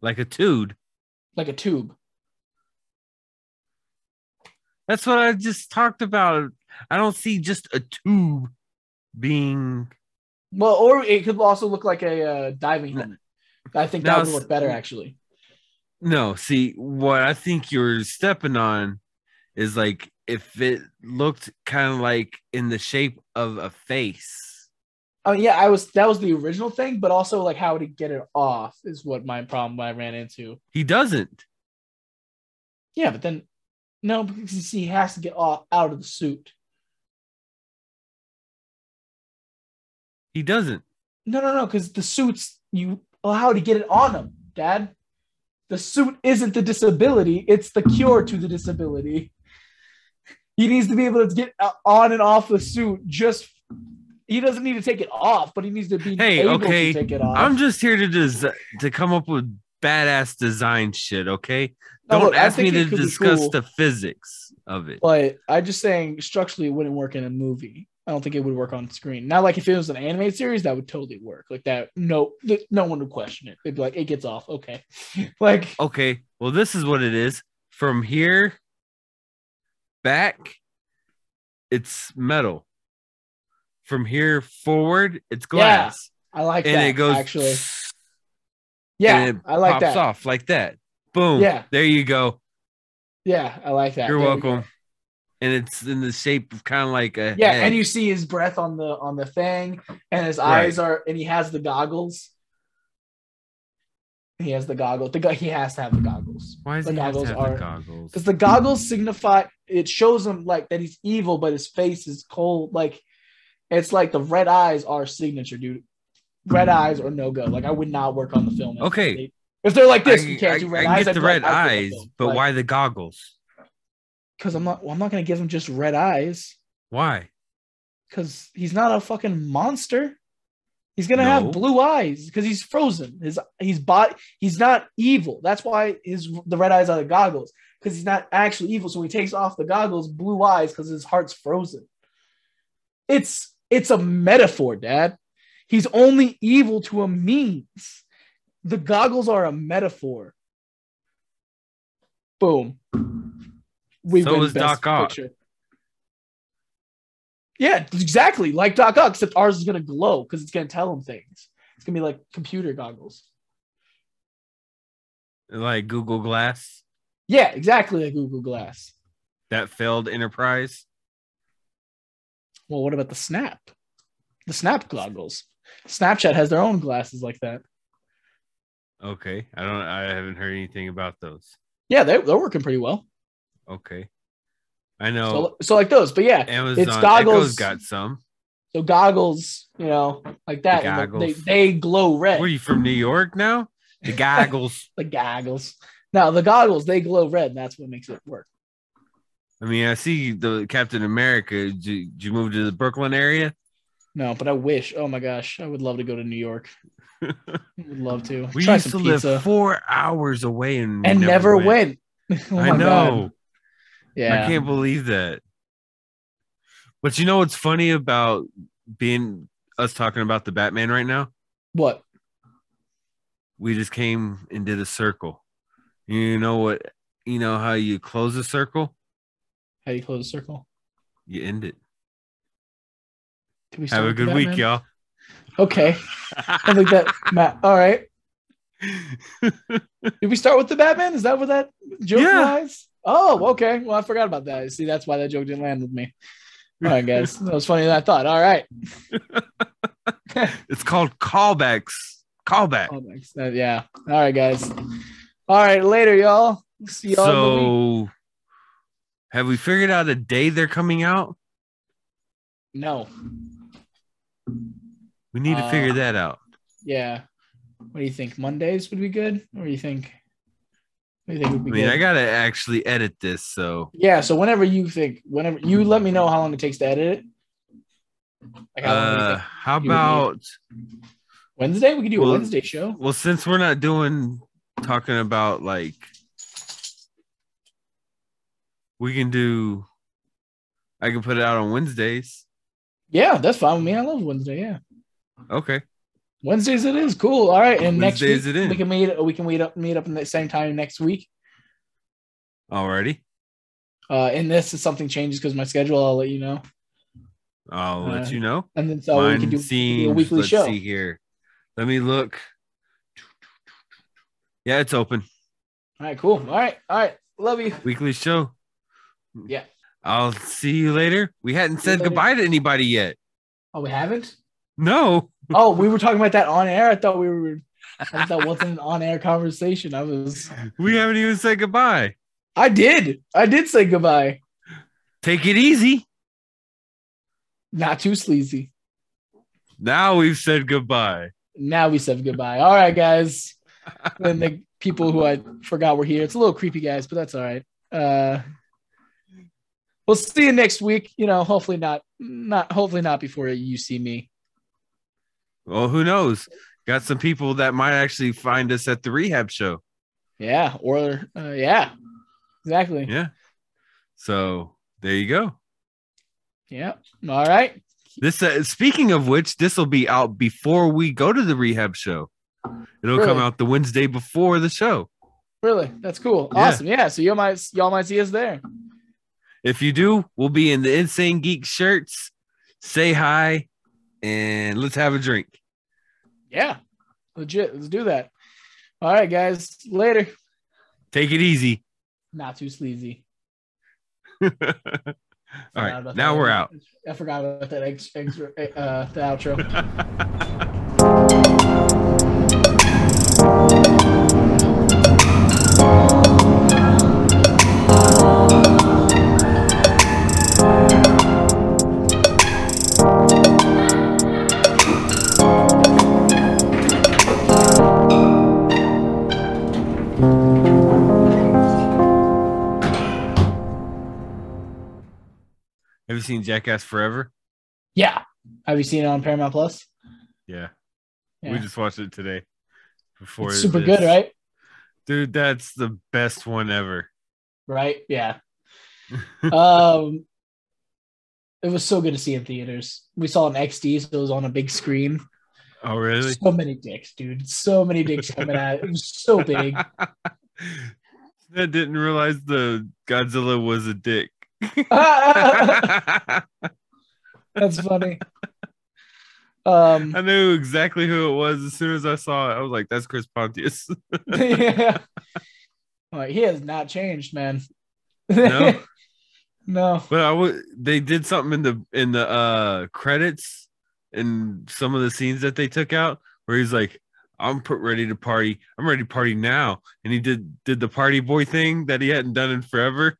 S1: Like a dude.
S2: like a tube.
S1: That's what I just talked about. I don't see just a tube being.
S2: Well, or it could also look like a uh, diving helmet. I think that
S1: Now
S2: would
S1: s-
S2: look better actually.
S1: No, see, what I think you're stepping on is like if it looked kind of like in the shape of a face.
S2: Oh yeah, I was that was the original thing, but also like how to get it off is what my problem I ran into.
S1: He doesn't.
S2: Yeah, but then no, because you see, he has to get off out of the suit.
S1: He doesn't.
S2: No, no, no, because the suits you allow to get it on them, Dad. The suit isn't the disability; it's the cure to the disability. He needs to be able to get uh, on and off the suit. Just he doesn't need to take it off, but he needs to be
S1: Hey,
S2: able
S1: okay,
S2: to take it off.
S1: I'm just here to des- to come up with badass design shit. Okay,
S2: No,
S1: don't
S2: look, I
S1: ask me
S2: think
S1: to
S2: it could be
S1: discuss
S2: cool,
S1: the physics of it.
S2: But I'm just saying, structurally, it wouldn't work in a movie. I don't think it would work on screen. Now, like if it was an animated series, that would totally work. Like that, no, th- no one would question it. They'd be like, "It gets off, okay." like,
S1: Okay, well, this is what it is. From here back, it's metal. From here forward, it's glass,
S2: I like
S1: and
S2: that.
S1: it goes
S2: actually. Yeah,
S1: and it
S2: I like
S1: pops
S2: that.
S1: off like that. Boom.
S2: Yeah. there
S1: There you go.
S2: I like that.
S1: You're
S2: There we go.
S1: welcome. And it's in the shape of kind of like a
S2: Yeah,
S1: head.
S2: and you see his breath on the on the thing, and his
S1: Right.
S2: eyes are, and he has the goggles. He has the goggles. The gu- he has to have the goggles
S1: Why is
S2: The
S1: he have to
S2: goggles
S1: have
S2: are-
S1: the goggles?
S2: because the goggles signify it shows him like that he's evil, but his face is cold. Like it's like the red eyes are signature, dude. Red eyes or no go. Like I would not work on the film. if
S1: Okay.
S2: they- if they're like this,
S1: I,
S2: we can't do
S1: I-
S2: red
S1: I can
S2: eyes.
S1: get the red eyes, but why the goggles?
S2: Because I'm not. Well, I'm not gonna give him just red eyes.
S1: Why?
S2: Because he's not a fucking monster. He's gonna have
S1: No.
S2: blue eyes because he's frozen. His he's bot. He's not evil. That's why his the red eyes are the goggles because he's not actually evil. So when he takes off the goggles, blue eyes because his heart's frozen. It's it's a metaphor, Dad. He's only evil to a means. The goggles are a metaphor. Boom. We
S1: So
S2: win
S1: is
S2: Best
S1: Doc Ock.
S2: Picture. Yeah, exactly. Like Doc Ock, except ours is gonna glow because it's gonna tell him things. It's gonna be like computer goggles.
S1: Like Google Glass,
S2: Yeah, exactly like Google Glass.
S1: that failed enterprise.
S2: Well, what about the Snap? The Snap goggles. Snapchat has their own glasses like that.
S1: Okay, I don't. I haven't heard anything about those.
S2: Yeah, they, they're working pretty well.
S1: Okay, I know
S2: So, so like those, but yeah,
S1: Amazon
S2: goggles.
S1: Echo's got some.
S2: so goggles, you know, like that. and
S1: goggles.
S2: They, they glow red.
S1: Were you from New York now? The goggles.
S2: the goggles. Now the goggles, they glow red, and that's what makes it work.
S1: I mean, I see the Captain America. Did you, did you move to the Brooklyn area?
S2: No, but I wish. Oh my gosh, I would love to go to New York. I would love to
S1: We
S2: try
S1: used to
S2: some
S1: live
S2: pizza
S1: four hours away and we
S2: and never
S1: went.
S2: win. Oh
S1: I
S2: my God.
S1: know.
S2: Yeah.
S1: I can't believe that. But you know what's funny about being us talking about the Batman right now?
S2: What?
S1: We just came and did a circle. You know what? You know how you close a circle?
S2: How do you close a circle?
S1: You end it.
S2: Did we start
S1: Have a
S2: with the
S1: good week,
S2: Batman?
S1: y'all.
S2: Okay, I think that Matt. All right. Did we start with the Batman? Is that where that joke
S1: Yeah.
S2: lies? Oh, okay. Well, I forgot about that. See, that's why that joke didn't land with me. All right, guys. That was funnier than I thought. All right.
S1: it's called callbacks. Callback.
S2: Oh, thanks. Uh, yeah. All right, guys. All right. Later, y'all. See y'all. in the week.
S1: so, have we figured out a day they're coming out?
S2: No.
S1: We need to figure
S2: Uh,
S1: that out.
S2: Yeah. What do you think? Mondays would be good? Or do you think? What do you think would
S1: I
S2: be
S1: mean,
S2: good?
S1: I gotta actually edit this, so
S2: yeah. So whenever you think, whenever you let me know how long it takes to edit it. Like how long do you
S1: uh,
S2: think?
S1: how
S2: you would need?
S1: about
S2: Wednesday? We could do a
S1: well,
S2: Wednesday show.
S1: well, since we're not doing talking about like, we can do. I can put it out on Wednesdays.
S2: Yeah, that's fine with me. I love Wednesday. Yeah.
S1: Okay,
S2: Wednesdays it is cool. All right, and
S1: Wednesdays
S2: next week
S1: it is.
S2: we can meet. We can meet up. Meet up in the same time next week.
S1: alrighty.
S2: Uh, and this is something changes because my schedule. I'll let you know.
S1: I'll
S2: Uh,
S1: let you know.
S2: And then so we
S1: Mine
S2: can do, we can do a
S1: seems-
S2: weekly
S1: let's
S2: show.
S1: see here. Let me look. Yeah, it's open.
S2: All right, cool. All right, all right. Love you.
S1: Weekly show. Hmm.
S2: Yeah.
S1: I'll see you later. We hadn't
S2: See you
S1: said
S2: later.
S1: goodbye to anybody yet.
S2: Oh, we haven't.
S1: No.
S2: Oh, we were talking about that on air. I thought we were. I thought that wasn't an on-air conversation. I was.
S1: We haven't even said goodbye.
S2: I did. I did say goodbye.
S1: Take it easy.
S2: Not too sleazy.
S1: Now we've said goodbye.
S2: Now we said goodbye. All right, guys. And the people who I forgot were here. It's a little creepy, guys, but that's all right. Uh, we'll see you next week. You know, hopefully not. Not hopefully not before you see me.
S1: Well, who knows? Got some people that might actually find us at the rehab show.
S2: Yeah. Or uh, yeah. Exactly.
S1: Yeah. So there you go.
S2: Yeah. All right.
S1: This uh, speaking of which, this will be out before we go to the rehab show. It'll come
S2: Really?
S1: out the Wednesday before the show.
S2: Really, that's cool.
S1: Yeah.
S2: Awesome. Yeah. So you might y'all might see us there.
S1: If you do, we'll be in the Insane Geek shirts. Say hi and let's have a drink.
S2: Yeah. Legit. Let's do that. All right, guys. Later.
S1: Take it easy.
S2: Not too sleazy.
S1: All
S2: Forgot
S1: right.
S2: about
S1: Now
S2: that.
S1: we're out.
S2: I forgot about that ex- ex- uh, the outro.
S1: you seen Jackass Forever?
S2: Yeah. Have you seen it on Paramount Plus?
S1: Yeah.
S2: Yeah.
S1: We just watched it today. Before
S2: It's super
S1: this.
S2: good, right?
S1: Dude, that's the best one ever.
S2: Right? Yeah. um it was so good to see in theaters. We saw an XD, so it was on a big screen.
S1: Oh, really?
S2: So many dicks, dude. So many dicks coming out. It was so big.
S1: I didn't realize the Godzilla was a dick.
S2: That's
S1: I
S2: funny. Um
S1: knew exactly who it was as soon as I saw it. I was like, that's Chris Pontius.
S2: yeah. Like, he has not changed, man.
S1: No?
S2: No.
S1: But I would. They did something in the in the uh credits and some of the scenes that they took out where he's like, "I'm pr- ready to party. I'm ready to party now." And he did did the party boy thing that he hadn't done in forever.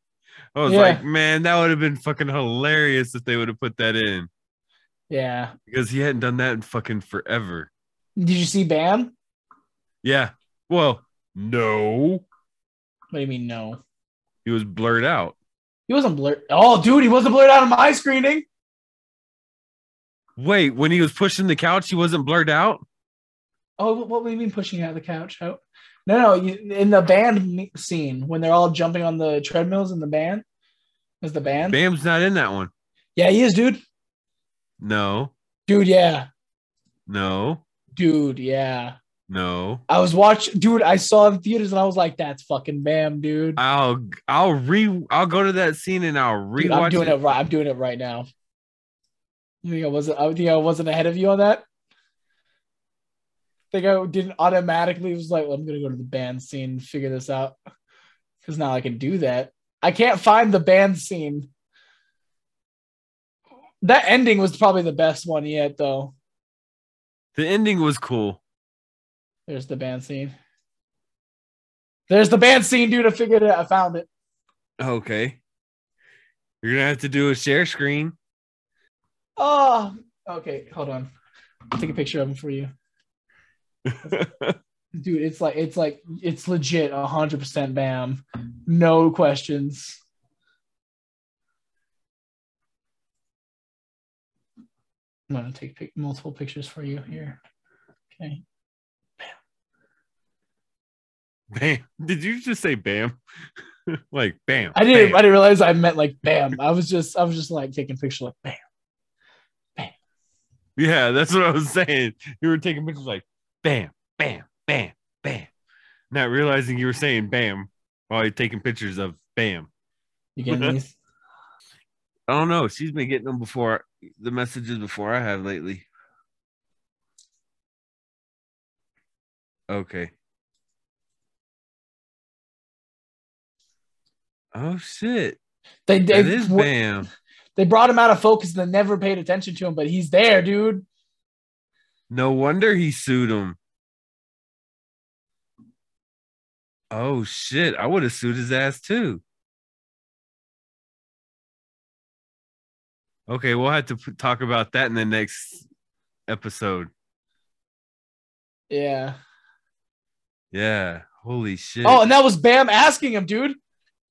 S1: I was
S2: Yeah.
S1: like, man, that would have been fucking hilarious if they would have put that in
S2: Yeah.
S1: because he hadn't done that in fucking forever.
S2: Did you see Bam?
S1: Yeah. Well, no,
S2: What do you mean no?
S1: he was blurred out.
S2: He wasn't blurred. Oh, dude, he wasn't blurred out of my screening.
S1: Wait, when he was pushing the couch, he wasn't blurred out.
S2: Oh, what, what do you mean pushing out of the couch? Oh, no, no, you, in the band me- scene when they're all jumping on the treadmills in the band. Is the band?
S1: Bam's not in that one.
S2: Yeah, he is, dude.
S1: No,
S2: Dude, yeah,
S1: no,
S2: dude, yeah.
S1: no.
S2: I was watching, dude. I saw in theaters and I was like, "That's fucking Bam, dude."
S1: I'll I'll re I'll go to that scene and I'll rewatch
S2: Dude, I'm doing it.
S1: it.
S2: right. I'm doing it right now. You think I wasn't? I think I wasn't ahead of you on that. think I didn't automatically was like, well, I'm gonna go to the band scene, and figure this out, because now I can do that. I can't find the band scene. That ending was probably the best one yet, though.
S1: The ending was cool.
S2: There's the band scene. There's the band scene, dude. I figured it. out. I found it.
S1: Okay. You're gonna have to do a share screen.
S2: Oh, okay. Hold on. I'll take a picture of him for you. dude it's like it's like it's legit 100% bam no questions i'm gonna take pic- multiple pictures for you here okay
S1: Bam. Did you just say bam? like bam.
S2: i didn't
S1: bam.
S2: i didn't realize i meant like bam i was just i was just like taking pictures like bam
S1: Yeah, that's what I was saying. You were taking pictures like bam, bam, bam, bam. Not realizing you were saying bam while you're taking pictures of bam.
S2: you getting these
S1: I don't know. She's been getting them before the messages before I have lately. Okay. Oh shit!
S2: they
S1: That
S2: they,
S1: is Bam.
S2: they brought him out of focus and they never paid attention to him but he's there dude
S1: No wonder he sued him. Oh shit! I would have sued his ass too. Okay, we'll have to p- talk about that in the next episode.
S2: yeah
S1: Yeah. Holy shit.
S2: oh and that was bam asking him dude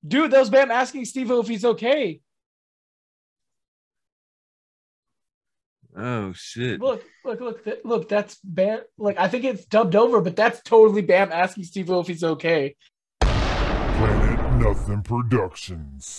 S2: dude that was bam asking steve if he's okay
S1: Oh shit.
S2: Look, look, look, th- look, that's Bam. Like, I think it's dubbed over, but that's totally Bam asking Steve O if he's okay.
S3: Planet Nothing Productions.